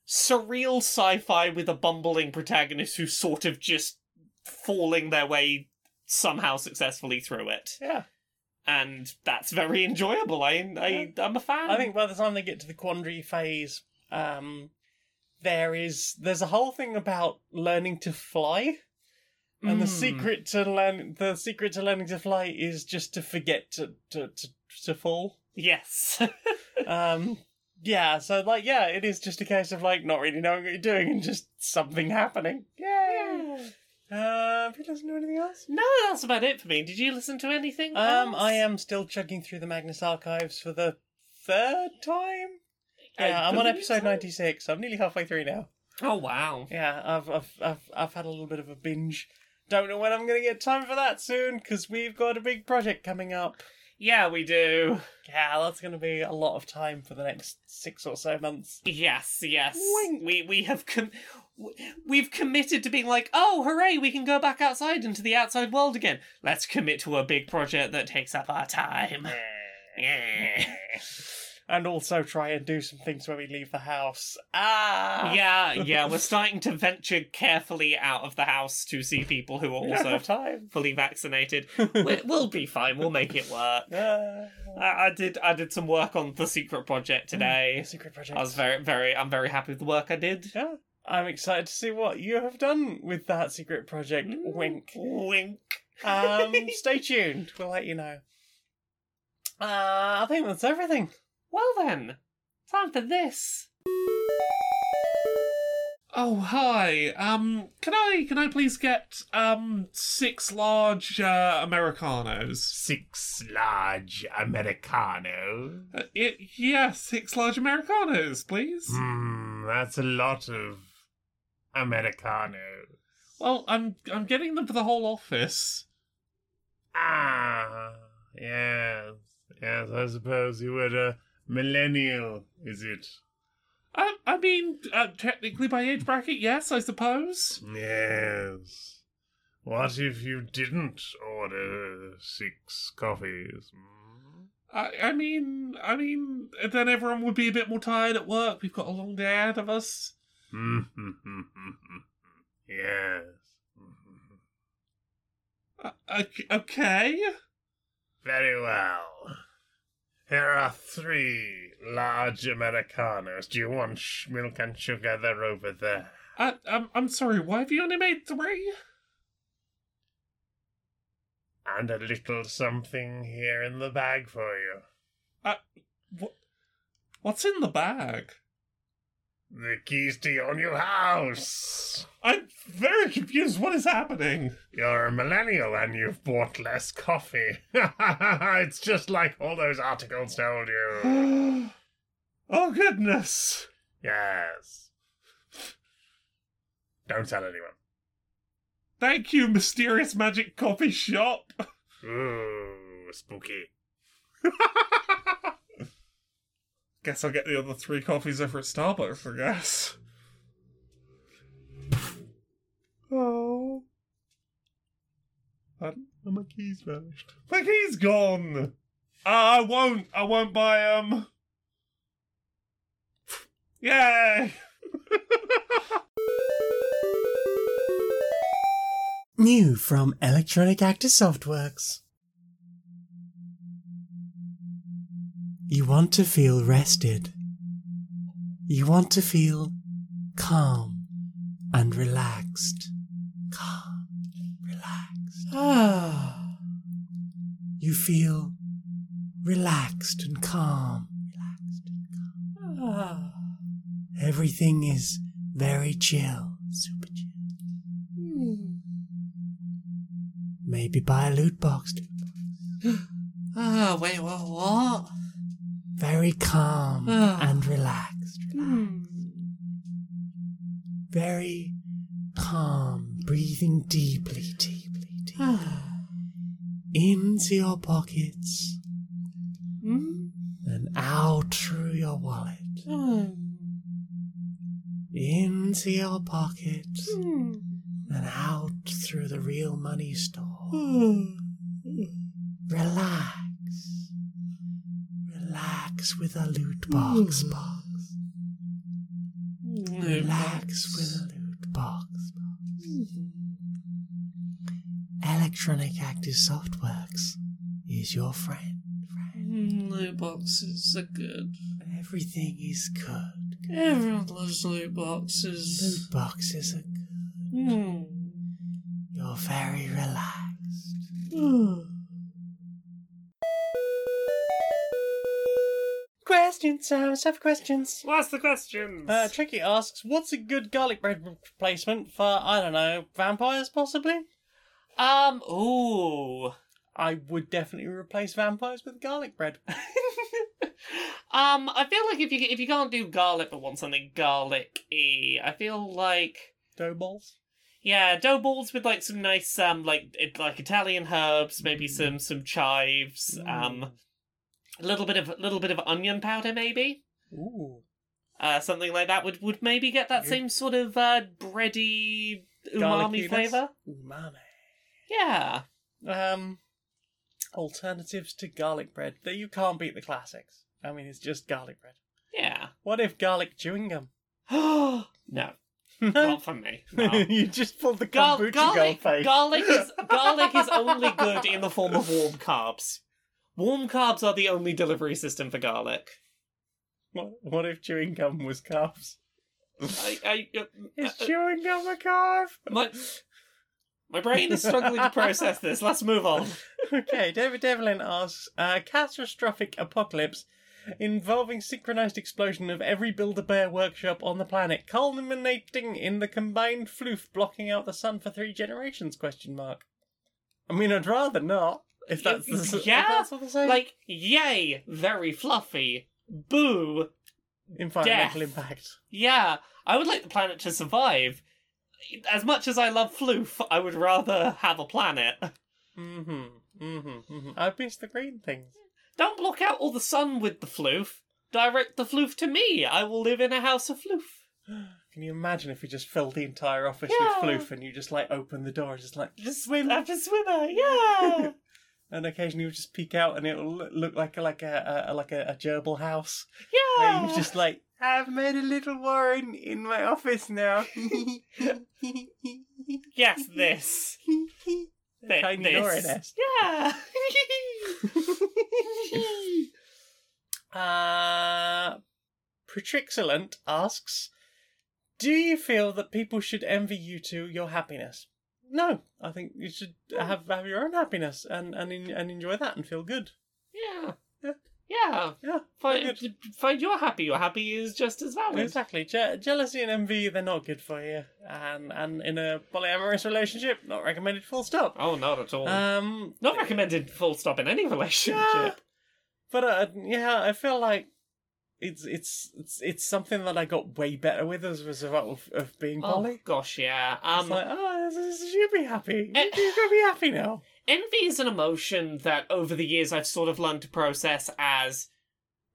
Speaker 2: surreal sci-fi with a bumbling protagonist who's sort of just falling their way somehow successfully through it.
Speaker 1: Yeah.
Speaker 2: And that's very enjoyable. I, I I'm a fan.
Speaker 1: I think by the time they get to the quandary phase, um, there is there's a whole thing about learning to fly, and the
Speaker 2: Mm.
Speaker 1: secret to learn the secret to learning to fly is just to forget to to to, to fall. <laughs>
Speaker 2: Yes.
Speaker 1: um, yeah, so like yeah, it is just a case of like not really knowing what you're doing and just something happening. Yay! Uh, have you listened to anything else?
Speaker 2: No, that's about it for me. Did you listen to anything?
Speaker 1: Um,
Speaker 2: else?
Speaker 1: I am still chugging through the Magnus archives for the third time. Yeah,
Speaker 2: I
Speaker 1: I'm on
Speaker 2: believe
Speaker 1: episode
Speaker 2: so.
Speaker 1: 96. I'm nearly halfway through now.
Speaker 2: Oh wow.
Speaker 1: Yeah, I've I've I've, I've had a little bit of a binge. Don't know when I'm going to get time for that soon because we've got a big project coming up.
Speaker 2: Yeah, we do.
Speaker 1: Yeah, that's going to be a lot of time for the next six or so months.
Speaker 2: Yes, yes.
Speaker 1: Wink.
Speaker 2: We we have com- w- we've committed to being like, oh, hooray, we can go back outside into the outside world again. Let's commit to a big project that takes up our time. yeah,
Speaker 1: And also try and do some things when we leave the house. Ah!
Speaker 2: yeah. We're starting to venture carefully out of the house to see people who
Speaker 1: We <laughs>
Speaker 2: are
Speaker 1: don't
Speaker 2: also
Speaker 1: have time. <laughs>
Speaker 2: fully vaccinated. we we'll be fine. We'll make it work.
Speaker 1: Ah.
Speaker 2: I, I did I did some work on the secret project today.
Speaker 1: Mm, secret project.
Speaker 2: I was very very I'm very happy with the work I did.
Speaker 1: Yeah. I'm excited to see what you have done with that secret project.
Speaker 3: Mm.
Speaker 1: Wink.
Speaker 2: Wink.
Speaker 3: <laughs>
Speaker 1: Um, stay tuned. We'll let you know. Uh, I think that's everything.
Speaker 2: Well then, time for this. Oh hi. Um can I can I please get um six large uh, americanos?
Speaker 3: Six large Americano.
Speaker 2: Uh, it, yeah, six large americanos, please.
Speaker 3: Hmm, that's a lot of Americano.
Speaker 2: Well, I'm I'm getting them for the whole office.
Speaker 3: Ah, yes, yes, I suppose you were a millennial, is it?
Speaker 2: I, I mean, uh, technically by age bracket, yes, I suppose.
Speaker 3: Yes. What if you didn't order six coffees? Hmm?
Speaker 2: I, I mean, I mean, then everyone would be a bit more tired at work. We've got a long day ahead of us.
Speaker 3: Mm-hmm. <laughs> yes.
Speaker 2: Uh, ok- okay.
Speaker 3: Very well. Here are three large Americanos. Do you want sh- milk and sugar? They're over there.
Speaker 2: I, I'm, Uh, um, I'm sorry, why have you only made three?
Speaker 3: And a little something here in the bag for you.
Speaker 2: What's in the bag?
Speaker 3: The keys to your new house.
Speaker 2: I'm very confused. What is happening? <sighs>
Speaker 3: You're a millennial and you've bought less coffee. <laughs> it's just like all those articles told you.
Speaker 2: oh, goodness.
Speaker 3: Yes. Don't tell anyone.
Speaker 2: Thank you, mysterious magic coffee shop.
Speaker 3: Ooh, spooky.
Speaker 2: Guess I'll get the other three coffees over at Starbucks, I guess. Oh. Pardon?
Speaker 3: Oh, my keys vanished.
Speaker 2: My key's gone! Ah, I won't. I won't buy
Speaker 3: <laughs>
Speaker 2: them. Yay!
Speaker 1: New from Electronic Actor Softworks. You want to feel rested. You want to feel calm and relaxed. Calm, relaxed. Ah. You feel relaxed and calm. Relaxed and calm. Ah. Everything is very chill. Super chill. Hmm. Maybe buy a loot box.
Speaker 2: <gasps> Ah, wait, what? what?
Speaker 1: Very calm
Speaker 2: Ah. Hmm.
Speaker 1: and relaxed. Very calm, breathing deeply, deeply,
Speaker 2: <sighs>
Speaker 1: deeply. Into your pockets
Speaker 2: Hmm?
Speaker 1: and out through your wallet.
Speaker 2: Hmm.
Speaker 1: Into your pocket and out through the real money store. Relax. Relax with a loot box box. Relax with a loot box box. Electronic Active Softworks is your friend. friend.
Speaker 4: Loot boxes are good.
Speaker 1: Everything is good.
Speaker 4: Everyone loves
Speaker 1: Loot
Speaker 4: loot boxes.
Speaker 1: boxes are good.
Speaker 4: Hmm.
Speaker 1: You're very relaxed.
Speaker 3: Hmm. Questions, Sam. Let's have questions.
Speaker 2: What's the questions?
Speaker 3: Uh, Tricky asks, what's a good garlic bread replacement for, I don't know, vampires possibly?
Speaker 2: um, ooh. <laughs>
Speaker 3: I would definitely replace vampires with garlic bread. <laughs>
Speaker 2: um, I feel like if you if you can't do garlic but want something garlic-y, I feel like
Speaker 3: Dough balls.
Speaker 2: yeah, dough balls with like some nice um like it, like Italian herbs,
Speaker 3: Mm.
Speaker 2: maybe some some chives, um, a little bit of a little bit of onion powder maybe.
Speaker 3: Ooh.
Speaker 2: Uh, something like that would would maybe get that
Speaker 3: Yeah.
Speaker 2: same sort of uh bready umami
Speaker 3: Garliciness.
Speaker 2: flavor.
Speaker 3: Umami.
Speaker 2: Yeah.
Speaker 3: Um, alternatives to garlic bread. That You can't beat the classics. I mean, it's just garlic bread.
Speaker 2: Yeah. <gasps>
Speaker 3: What if garlic chewing gum? <laughs>
Speaker 2: no. Not for me. No.
Speaker 3: you just pulled the
Speaker 2: Gar-
Speaker 3: kombucha girl
Speaker 2: garlic,
Speaker 3: face.
Speaker 2: garlic
Speaker 3: <laughs>
Speaker 2: is garlic is only good in the form of warm carbs. Warm carbs are the only delivery system for garlic.
Speaker 3: what, what if chewing gum was carbs?
Speaker 2: I, I,
Speaker 3: Is chewing gum a carb?
Speaker 2: my, my brain is struggling to process this. Let's move on.
Speaker 3: okay, David Devlin asks uh, catastrophic apocalypse involving synchronized explosion of every Build-A-Bear workshop on the planet, culminating in the combined floof blocking out the sun for three generations? Question mark. I mean, I'd rather not. <laughs> If that's
Speaker 2: <laughs>
Speaker 3: the, if
Speaker 2: Yeah,
Speaker 3: that's what they're saying.
Speaker 2: Like, yay, very fluffy. Boo.
Speaker 3: environmental
Speaker 2: death.
Speaker 3: impact.
Speaker 2: Yeah, I would like the planet to survive. As much as I love floof, I would rather have a planet.
Speaker 3: Mm-hmm. Mm-hmm. mm-hmm. I've missed the green things.
Speaker 2: Don't block out all the sun with the floof. Direct the floof to me. I will live in a house of floof.
Speaker 3: Can you imagine if we just filled the entire office
Speaker 2: Yeah.
Speaker 3: with floof and you just like open the door and just like
Speaker 2: Just swim after swimmer,
Speaker 3: <laughs>
Speaker 2: yeah.
Speaker 3: and occasionally you just peek out and it'll lo- look like a, like a, a like a, a gerbil house where
Speaker 2: Yeah.
Speaker 3: you're just like I've made a little warren in my
Speaker 2: <laughs>
Speaker 3: office now. <laughs>
Speaker 2: Yes,
Speaker 3: <laughs>
Speaker 2: this. Thi-
Speaker 3: Tiny
Speaker 2: this.
Speaker 3: Nora nest.
Speaker 2: Yeah. <laughs>
Speaker 3: Uh, Patrixelant asks, "Do you feel that people should envy you two your happiness?" No, I think you should have have your own happiness and and en- and enjoy that and feel good.
Speaker 2: yeah.
Speaker 3: Yeah.
Speaker 2: Yeah.
Speaker 3: Yeah,
Speaker 2: Find, find you're happy. Your happy is just as valid.
Speaker 3: exactly. Je- jealousy and envy they're not good for you, and and in a polyamorous relationship, not recommended. Full stop.
Speaker 2: Oh, not at all.
Speaker 3: Um,
Speaker 2: Not recommended full stop in any relationship.
Speaker 3: Yeah. But uh, yeah, I feel like it's it's it's it's something that I got way better with as a result of, of being
Speaker 2: Oh,
Speaker 3: poly.
Speaker 2: gosh, yeah.
Speaker 3: It's
Speaker 2: Um,
Speaker 3: like, oh, this is, you'd be
Speaker 2: <laughs>
Speaker 3: happy.
Speaker 2: Eh.
Speaker 3: You'd be, you'd be happy now.
Speaker 2: envy is an emotion that over the years I've sort of learned to process as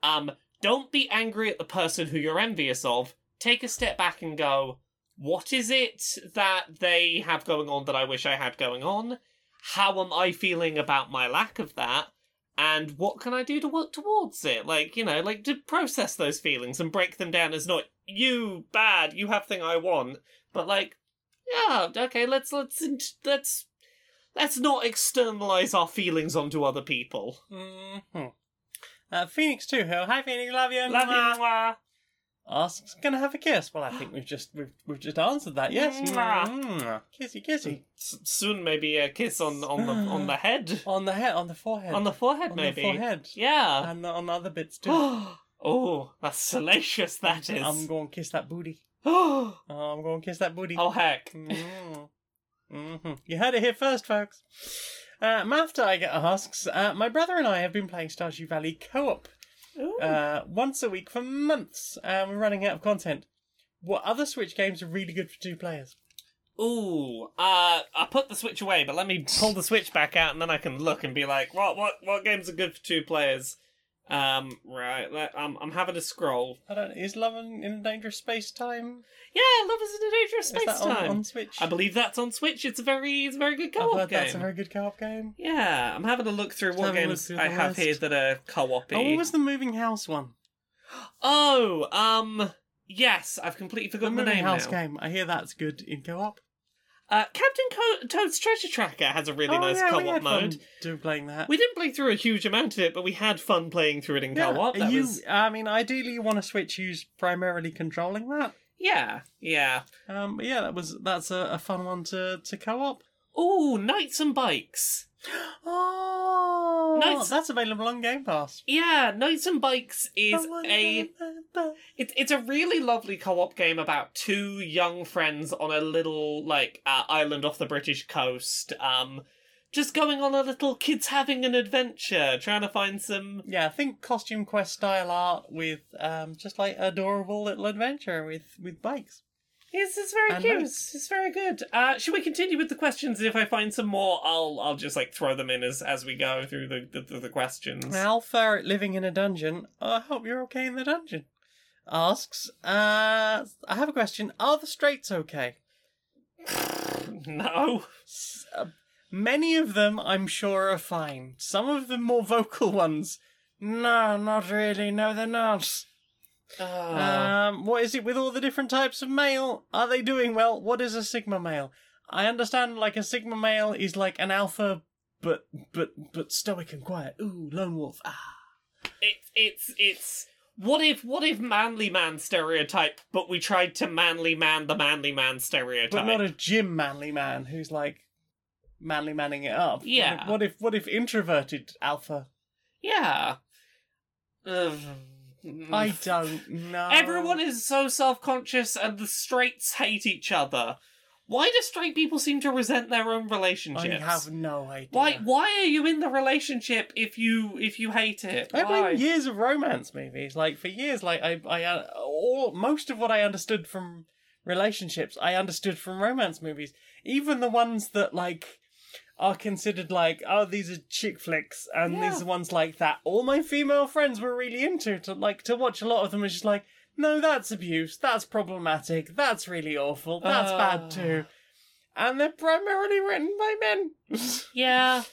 Speaker 2: um don't be angry at the person who you're envious of. Take a step back and go, what is it that they have going on that I wish I had going on? How am I feeling about my lack of that? And what can I do to work towards it? Like, you know, like to process those feelings and break them down as not you bad, you have thing I want, but like, yeah, okay, let's let's int- let's let's not externalize our feelings onto other people.
Speaker 3: Mm-hmm. Uh, Phoenix too. Hill. Hi, Phoenix. Love you.
Speaker 2: Love you,
Speaker 3: Mwah.
Speaker 2: mwah.
Speaker 3: Asks, "Can I have a kiss?" Well, I think we've just we've we've just answered that. Yes.
Speaker 2: Mwah.
Speaker 3: Mwah. Kissy, kissy.
Speaker 2: S- soon maybe a kiss on on the on the head,
Speaker 3: On the head, on the forehead,
Speaker 2: on the <laughs> forehead
Speaker 3: On the
Speaker 2: maybe.
Speaker 3: forehead, Uh,
Speaker 2: Yeah.
Speaker 3: and on other
Speaker 2: <gasps>
Speaker 3: bits too.
Speaker 2: oh, that's salacious. That is.
Speaker 3: I'm going to kiss that booty.
Speaker 2: <gasps> oh
Speaker 3: I'm going to kiss that <laughs> booty.
Speaker 2: heck.
Speaker 3: Mm. Mhm. You heard it here first, folks. Uh, Math Tiger asks, uh, my brother and I have been playing Stardew Valley co-op uh, once a week for months, and we're running out of content. What other Switch games are really good for two players?
Speaker 2: Ooh. Uh, I put the switch away, but let me pull the switch back out, and then I can look and be like, what what what games are good for two players? Um, right. Let, um, I'm having a scroll.
Speaker 1: I don't. Is love in, in dangerous space time?
Speaker 2: Yeah, Love is in a Dangerous
Speaker 1: Is that
Speaker 2: Space
Speaker 1: on,
Speaker 2: Time.
Speaker 1: on Switch?
Speaker 2: I believe that's on Switch. It's a very, it's a very good
Speaker 1: I've
Speaker 2: co-op
Speaker 1: heard
Speaker 2: game.
Speaker 1: that's a very good co-op game.
Speaker 2: Yeah, I'm having a look through
Speaker 1: Just
Speaker 2: what
Speaker 1: having a look
Speaker 2: games
Speaker 1: through
Speaker 2: I
Speaker 1: the
Speaker 2: have here
Speaker 1: list.
Speaker 2: that are co-op.
Speaker 1: Oh, what was the moving house one?
Speaker 2: Oh, um, yes, I've completely
Speaker 1: The
Speaker 2: forgotten the,
Speaker 1: moving
Speaker 2: name
Speaker 1: house
Speaker 2: now.
Speaker 1: game. I hear that's good in co-op.
Speaker 2: Uh, Captain Co- Toad's Treasure Tracker has a really
Speaker 1: oh,
Speaker 2: nice
Speaker 1: yeah, we
Speaker 2: co-op
Speaker 1: had
Speaker 2: mode.
Speaker 1: fun doing playing that.
Speaker 2: We didn't play through a huge amount of it, but we had fun playing through it in
Speaker 1: yeah,
Speaker 2: co-op. That
Speaker 1: you,
Speaker 2: was
Speaker 1: I mean, ideally, you want to switch who's primarily controlling that.
Speaker 2: yeah, yeah.
Speaker 1: Um, but yeah, that was that's a, a fun one to to co-op.
Speaker 2: Ooh, Knights and Bikes.
Speaker 1: Oh,
Speaker 2: Nice.
Speaker 1: that's available on Game Pass.
Speaker 2: Yeah, Knights and Bikes is
Speaker 1: I wanna
Speaker 2: a
Speaker 1: remember.
Speaker 2: It's it's a really lovely co-op game about two young friends on a little like uh, island off the British coast. Um, just going on a little kids having an adventure, trying to find some.
Speaker 1: Yeah, I think costume quest style art with um just like adorable little adventure with with bikes.
Speaker 2: It's, it's very
Speaker 1: And
Speaker 2: cute.
Speaker 1: nice.
Speaker 2: It's very good. Uh, should we continue with the questions? And if I find some more, I'll I'll just like throw them in as as we go through the the, the, the questions.
Speaker 1: Alpha at living in a dungeon. "Oh, I hope you're okay in the dungeon. Asks, uh, I have a question. Are the straits okay?
Speaker 2: <laughs> no.
Speaker 1: S- uh, many of them, I'm sure, are fine. Some of the more vocal ones, no, not really. No, they're not.
Speaker 2: Uh,
Speaker 1: Um, what is it with all the different types of male? Are they doing well? What is a sigma male? I understand like a sigma male is like an alpha, but but but stoic and quiet. Ooh, lone wolf. Ah,
Speaker 2: it, it's it's what if what if manly man stereotype but we tried to manly man the manly man stereotype
Speaker 1: but not a gym manly man who's like manly manning it up. What if-
Speaker 2: Yeah.
Speaker 1: What if what if, introverted alpha?
Speaker 2: yeah
Speaker 1: I don't know.
Speaker 2: Mm. everyone is so self-conscious and the straights hate each other why do straight people seem to resent their own relationships
Speaker 1: I have no idea.
Speaker 2: why why are you in the relationship if you if you hate it
Speaker 1: I
Speaker 2: Why?
Speaker 1: blame years of romance movies. Like for years, like I, I, uh, all most of what I understood from relationships, I understood from romance movies. Even the ones that like are considered like, oh, these are chick flicks, and
Speaker 2: Yeah.
Speaker 1: these are ones like that. All my female friends were really into to like to watch a lot of them. Was just like, no, that's abuse. That's problematic. That's really awful. That's
Speaker 2: Ah.
Speaker 1: bad too. And they're primarily written by men.
Speaker 2: Yeah.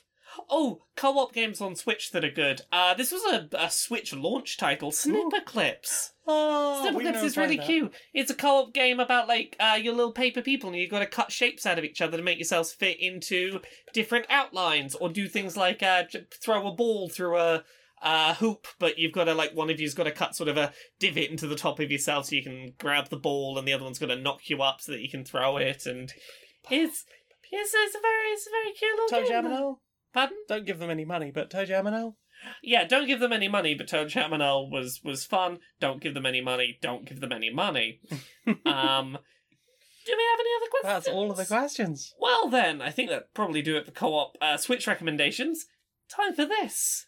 Speaker 2: Oh, co-op games on Switch that are good. Uh, this was a, a Switch launch title, Snipper Clips.
Speaker 1: oh,
Speaker 2: Snipper
Speaker 1: we
Speaker 2: Clips
Speaker 1: know
Speaker 2: is really
Speaker 1: about that.
Speaker 2: cute. It's a co-op game about like uh, your little paper people, and you've got to cut shapes out of each other to make yourselves fit into different outlines, or do things like uh, j- throw a ball through a uh, hoop, but you've got to like one of you's got to cut sort of a divot into the top of yourself so you can grab the ball, and the other one's got to knock you up so that you can throw it. And it's it's, it's a very it's a very cute little
Speaker 1: Toe
Speaker 2: game.
Speaker 1: Jam and all.
Speaker 2: Pardon?
Speaker 1: Don't give them any money, but Toe Jam and Al.
Speaker 2: yeah, don't give them any money, but Toad Chamanel was was fun. Don't give them any money. Don't give them
Speaker 1: <laughs>
Speaker 2: any money. um, do we have any other questions?
Speaker 1: That's all of the questions.
Speaker 2: Well, then, I think that probably do it for co-op uh, Switch recommendations. Time for this.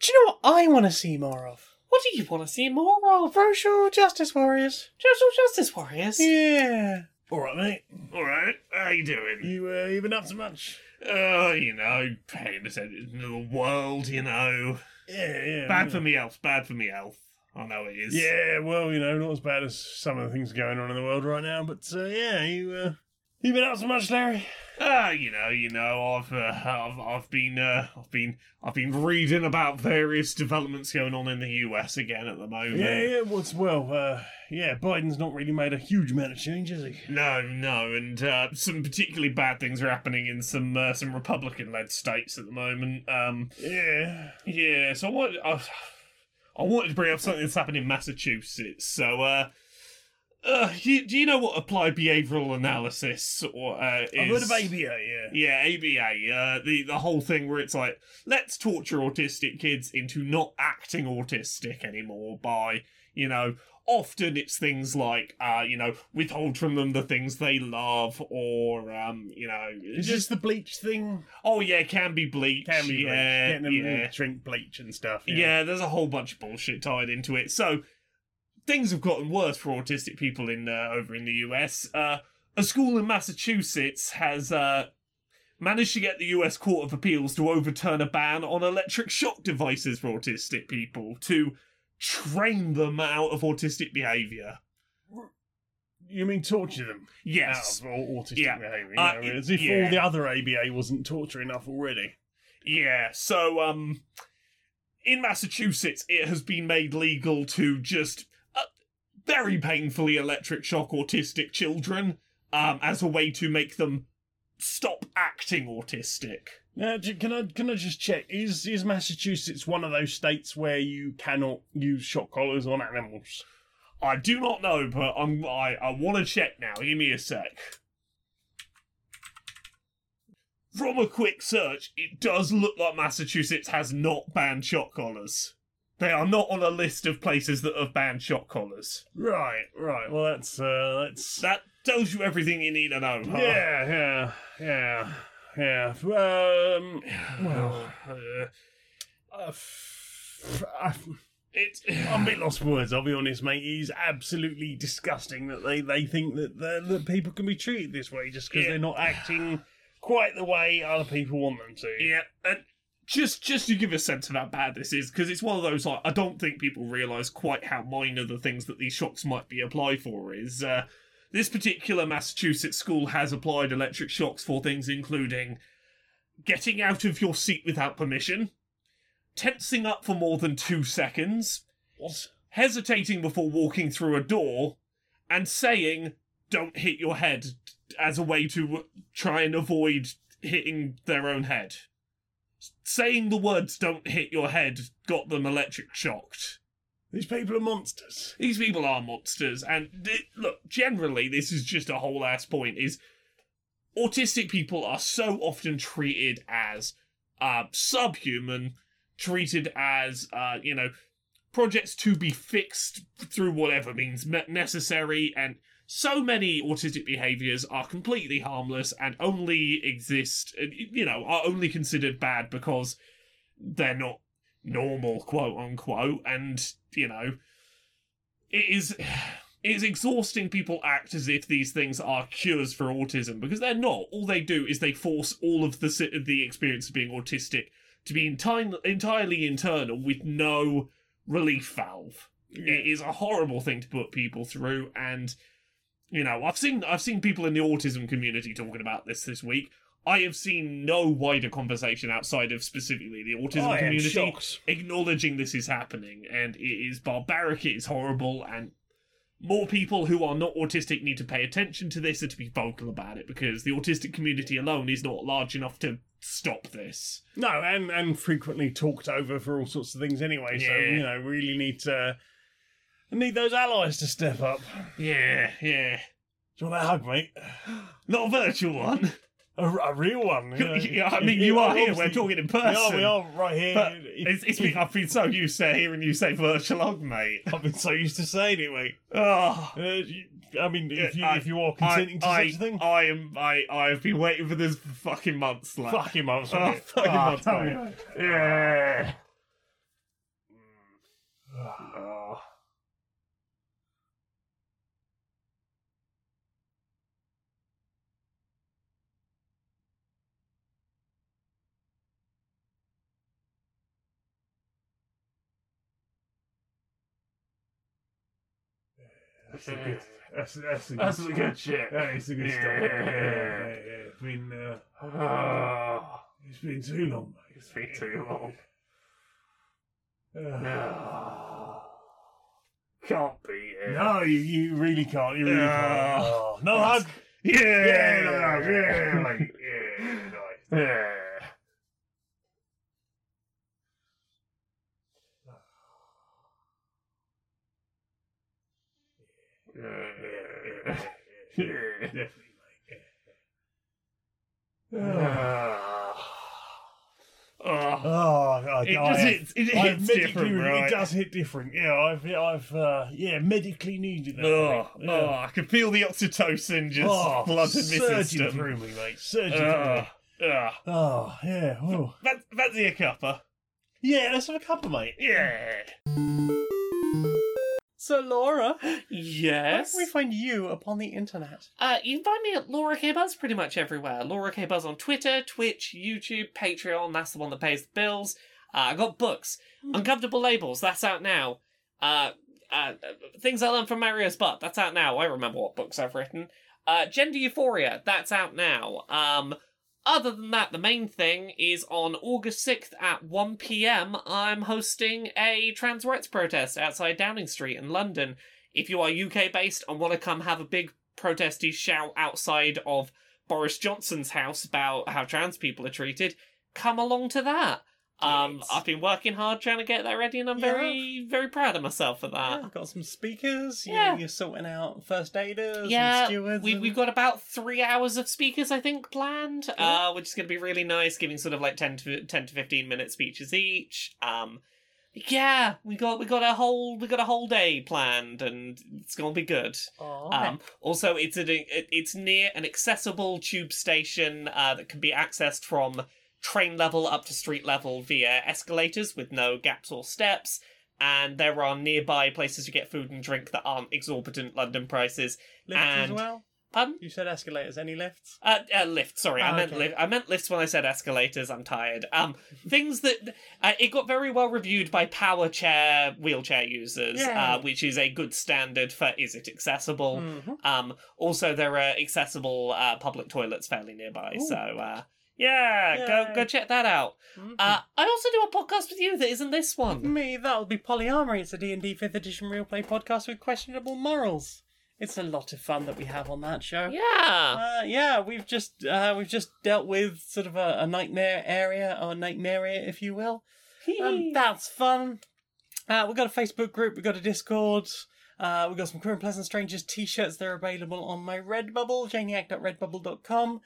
Speaker 1: Do you know what I want to see more of?
Speaker 2: What do you want to see more of?
Speaker 1: Social Justice Warriors.
Speaker 2: Social Justice Warriors.
Speaker 1: Yeah.
Speaker 5: All right, mate. All right. How you doing?
Speaker 3: You uh, even up so much?
Speaker 5: Oh, you know, paying attention to the world, you know.
Speaker 3: Yeah, yeah.
Speaker 5: Bad
Speaker 3: yeah.
Speaker 5: for me health. Bad for me health. I know it is.
Speaker 3: Yeah, well, you know, not as bad as some of the things going on in the world right now, but uh, yeah, you uh, you been up so much, Larry?
Speaker 5: Ah, you know, you know, I've, uh, I've, I've been, uh, I've been, I've been reading about various developments going on in the U.S. again at the moment.
Speaker 3: Yeah, yeah. What's well, uh, yeah. Biden's not really made a huge amount of change, has he?
Speaker 5: No, no, and uh, some particularly bad things are happening in some uh, some Republican-led states at the moment. Um,
Speaker 3: Yeah.
Speaker 5: yeah, so I wanted, I, I wanted to bring up something that's happened in Massachusetts. So, uh, uh, do, you, do you know what applied behavioural analysis or uh, is?
Speaker 3: I've heard of ABA. Yeah.
Speaker 5: Yeah, ABA. Uh, the the whole thing where it's like let's torture autistic kids into not acting autistic anymore by you know often it's things like uh you know withhold from them the things they love or um you know
Speaker 3: Is this the bleach thing?
Speaker 5: oh yeah can be bleach
Speaker 3: Can be
Speaker 5: yeah
Speaker 3: bleach. Getting them
Speaker 5: yeah.
Speaker 3: to drink bleach and stuff.
Speaker 5: Yeah. there's a whole bunch of bullshit tied into it. So things have gotten worse for autistic people in uh, over in the US. Uh, a school in Massachusetts has uh, managed to get the US Court of Appeals to overturn a ban on electric shock devices for autistic people to train them out of autistic behavior.
Speaker 3: You mean torture them?
Speaker 5: Yes.
Speaker 3: Out of au- autistic
Speaker 5: Yeah.
Speaker 3: behaviour.
Speaker 5: Uh,
Speaker 3: you know,
Speaker 5: it-
Speaker 3: as if
Speaker 5: yeah.
Speaker 3: all the other ABA wasn't torture enough already.
Speaker 5: Yeah, so um in Massachusetts it has been made legal to just uh, very painfully electric shock autistic children um as a way to make them stop acting autistic.
Speaker 3: Now, j- can I can I just check? Is is Massachusetts one of those states where you cannot use shock collars on animals?
Speaker 5: I do not know, but I'm I, I want to check now. Give me a sec. From a quick search, it does look like Massachusetts has not banned shock collars. They are not on a list of places that have banned shock collars.
Speaker 3: Right, right. Well, that's uh, that's
Speaker 5: That tells you everything you need to know. huh?
Speaker 3: yeah, yeah, yeah, yeah. Um, well, uh, uh, f- I-
Speaker 5: It,
Speaker 3: I'm a bit lost for words. I'll be honest, mate. It is absolutely disgusting that they, they think that that that people can be treated this way just because
Speaker 5: Yeah.
Speaker 3: they're not acting quite the way other people want them to.
Speaker 5: yeah, and just just to give a sense of how bad this is, because it's one of those like I don't think people realise quite how minor the things that these shocks might be applied for is. Uh, this particular Massachusetts school has applied electric shocks for things including getting out of your seat without permission, tensing up for more than two seconds, hesitating before walking through a door, and saying "Don't hit your head" as a way to try and avoid hitting their own head. Saying the words "Don't hit your head" got them electric shocked.
Speaker 3: These people are monsters.
Speaker 5: These people are monsters, and th- look, generally, this is just a whole ass point. Is autistic people are so often treated as uh, subhuman, treated as uh, you know projects to be fixed through whatever means me- necessary, and so many autistic behaviors are completely harmless and only exist, and, you know, are only considered bad because they're not normal, quote unquote, and you know it is <sighs> it is exhausting people act as if these things are cures for autism because they're not all they do is they force all of the si- the experience of being autistic to be enti- entirely internal with no relief valve it is a horrible thing to put people through and you know i've seen i've seen people in the autism community talking about this this week i have seen no wider conversation outside of specifically the autism
Speaker 3: I am
Speaker 5: community
Speaker 3: shocked.
Speaker 5: acknowledging this is happening and it is barbaric, it is horrible, and more people who are not autistic need to pay attention to this and to be vocal about it because the autistic community alone is not large enough to stop this.
Speaker 3: No, and and frequently talked over for all sorts of things anyway. So
Speaker 5: Yeah.
Speaker 3: you know, really need to need those allies to step up.
Speaker 5: Yeah, yeah.
Speaker 3: Do you want that hug, mate? <sighs>
Speaker 5: Not a virtual
Speaker 3: <laughs>
Speaker 5: one.
Speaker 3: A, a real one.
Speaker 5: <laughs>
Speaker 3: you know.
Speaker 5: Yeah, I mean, you are here, we're
Speaker 3: Obviously-
Speaker 5: talking in
Speaker 3: Yeah,
Speaker 5: person.
Speaker 3: we are right here.
Speaker 5: But
Speaker 3: It-
Speaker 5: it's, it's been, I've been so used to hearing you say virtual hug, mate.
Speaker 3: <laughs> I've been so used to saying it,
Speaker 5: <laughs>
Speaker 3: mate.
Speaker 5: Oh.
Speaker 3: Uh, you- I mean, if you
Speaker 5: I-
Speaker 3: if you are
Speaker 5: I,
Speaker 3: consenting to
Speaker 5: I,
Speaker 3: such a thing, <laughs>
Speaker 5: I am I I've been waiting for this for fucking months, lad.
Speaker 3: fuck him, I was <laughs>
Speaker 5: Oh,
Speaker 3: like, fuck him,
Speaker 5: oh,
Speaker 3: I'll Ah, tell
Speaker 5: mate.
Speaker 3: you. <sighs>
Speaker 5: Yeah. Ah.
Speaker 3: That's a good. That's that's a good.
Speaker 5: That's a good shit.
Speaker 3: That is a good story.
Speaker 5: Yeah.
Speaker 3: Yeah, yeah, yeah. It's been uh,
Speaker 5: Oh,
Speaker 3: it's been too long, mate.
Speaker 5: it's been too long.
Speaker 3: Uh,
Speaker 5: No. Can't be it.
Speaker 3: no, you, you really can't. You really
Speaker 5: Yeah.
Speaker 3: can't. Oh, no
Speaker 5: That's-
Speaker 3: hug.
Speaker 5: Yeah.
Speaker 3: Yeah, no, no,
Speaker 5: yeah,
Speaker 3: yeah,
Speaker 5: like, yeah, nice. Yeah. Yeah. Yeah.
Speaker 3: Definitely, mate. Yeah.
Speaker 5: <laughs> Oh.
Speaker 3: Oh, God,
Speaker 5: It
Speaker 3: I
Speaker 5: does
Speaker 3: have-
Speaker 5: hit, it
Speaker 3: I've
Speaker 5: hits
Speaker 3: medically-
Speaker 5: different, right?
Speaker 3: It does hit different. Yeah, I've, I've, uh, yeah, medically needed that.
Speaker 5: Oh,
Speaker 3: mate.
Speaker 5: oh,
Speaker 3: Yeah.
Speaker 5: I can feel the oxytocin just
Speaker 3: Oh,
Speaker 5: flooding my
Speaker 3: surging
Speaker 5: system.
Speaker 3: through me, mate. Surging through
Speaker 5: Uh,
Speaker 3: me.
Speaker 5: uh,
Speaker 3: Oh, yeah. Oh.
Speaker 5: that, that's your cuppa. <laughs>
Speaker 3: Yeah, let's have a couple, mate.
Speaker 5: Yeah.
Speaker 1: So, Laura, where
Speaker 2: Yes.
Speaker 1: can we find you upon the internet?
Speaker 2: Uh, you can find me at Laura K Buzz pretty much everywhere. Laura K Buzz on Twitter, Twitch, YouTube, Patreon. That's the one that pays the bills. Uh, I got books, Uncomfortable Labels. That's out now. Uh, uh, Things I Learned from Mario's Butt. That's out now. I remember what books I've written. Uh, Gender Euphoria. That's out now. Um, other than that, the main thing is on August 6th at 1 p.m. I'm hosting a trans rights protest outside Downing Street in London. If you are UK based and want to come have a big protesty shout outside of Boris Johnson's house about how trans people are treated, come along to that. Um,
Speaker 1: Yes.
Speaker 2: I've been working hard trying to get that ready, and I'm
Speaker 1: You
Speaker 2: very, very proud of myself for that.
Speaker 1: yeah, got some speakers. you-
Speaker 2: Uh, yeah.
Speaker 1: You're sorting out first aiders
Speaker 2: Yeah,
Speaker 1: and stewards.
Speaker 2: We,
Speaker 1: and-
Speaker 2: we've got about three hours of speakers, I think, planned,
Speaker 1: Yeah.
Speaker 2: uh, which is going to be really nice, giving sort of like 10 to, 10 to 15 minute speeches each. Um, yeah, we got we got a whole we got a whole day planned, and it's gonna be good.
Speaker 3: Uh,
Speaker 2: Um, also, it's at a, it- it's near an accessible tube station uh, that can be accessed from train level up to street level via escalators with no gaps or steps. And there are nearby places to get food and drink that aren't exorbitant London prices.
Speaker 1: lifts
Speaker 2: and-
Speaker 1: as well.
Speaker 2: Pardon?
Speaker 1: You said escalators. Any lifts?
Speaker 2: Uh, uh, lift. Sorry, I
Speaker 1: Oh,
Speaker 2: meant
Speaker 1: okay.
Speaker 2: lift. I meant lifts when I said escalators. I'm tired. Um, things that uh, it got very well reviewed by power chair wheelchair users,
Speaker 1: Yeah.
Speaker 2: uh, which is a good standard for is it accessible.
Speaker 1: Mhm.
Speaker 2: Um, also, there are accessible uh, public toilets fairly nearby.
Speaker 1: Ooh.
Speaker 2: So, uh, yeah,
Speaker 1: Yay.
Speaker 2: go go check that out.
Speaker 1: Mhm.
Speaker 2: Uh, I also do a podcast with you that isn't this one.
Speaker 1: Me, that'll be Polyamory. It's a D&D 5th edition real play podcast with questionable morals. It's a lot of fun that we have on that show.
Speaker 2: Yeah.
Speaker 1: Uh, yeah, we've just uh, we've just dealt with sort of a, a nightmare area or nightmare area, if you will. Um, that's fun. Uh, we've got a Facebook group, we've got a Discord, uh, we've got some Queer and Pleasant Strangers t shirts. They're available on my Redbubble, janiac.redbubble.com.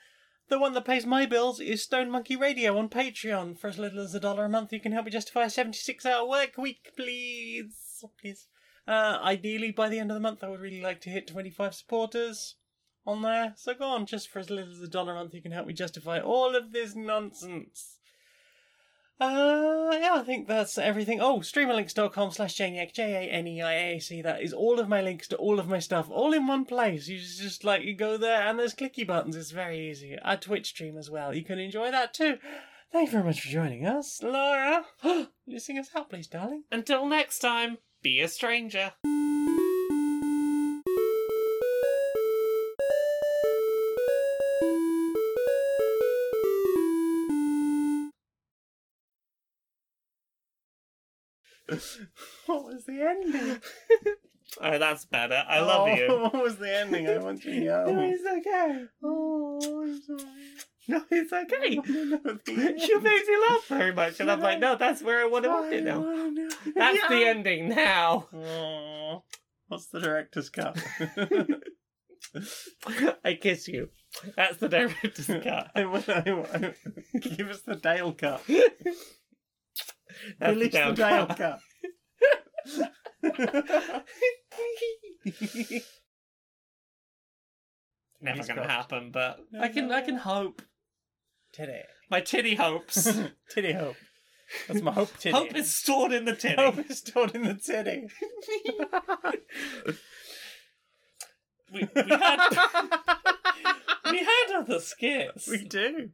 Speaker 1: The one that pays my bills is Stone Monkey Radio on Patreon. For as little as a dollar a month, you can help me justify a 76 hour work week, please. Please. Uh, ideally, by the end of the month, I would really like to hit 25 supporters on there. So go on, just for as little as a dollar a month, you can help me justify all of this nonsense. Uh, yeah, I think that's everything. Oh, streamerlinks.com slash E janiac, J-A-N-E-I-A-C. That is all of my links to all of my stuff, all in one place. You just, just, like, you go there and there's clicky buttons. It's very easy. I Twitch stream as well. You can enjoy that too. Thank you very much for joining us, Laura. <gasps> Will you sing us out, please, darling? <laughs>
Speaker 2: Until next time, be a stranger.
Speaker 1: What was the ending?
Speaker 2: Oh, that's better. I love you.
Speaker 1: Oh, <laughs> What was the ending? I want you know. No, it's okay. Oh, I'm sorry. <laughs>
Speaker 2: No, it's okay. you <laughs>
Speaker 1: you
Speaker 2: made me laugh very much, and I'm like, no, that's where I want to end it now. That's the ending now.
Speaker 1: Oh, what's the director's cut?
Speaker 2: I kiss you. That's
Speaker 1: <laughs>
Speaker 2: the director's cut.
Speaker 1: I want- I want- give us the Dale cut.
Speaker 2: That's
Speaker 1: Release the
Speaker 2: down
Speaker 1: Dale
Speaker 2: cut.
Speaker 1: cut.
Speaker 2: Never
Speaker 1: He's
Speaker 2: gonna
Speaker 1: crossed.
Speaker 2: happen, but
Speaker 1: No,
Speaker 2: I can.
Speaker 1: no,
Speaker 2: I can hope.
Speaker 1: <laughs> Titty.
Speaker 2: My titty hopes.
Speaker 1: <laughs> Titty hope. That's my hope titty.
Speaker 2: Hope is stored in the titty.
Speaker 1: hope is stored in the titty. <laughs>
Speaker 2: <laughs> We, we had we had other skits.
Speaker 1: we do.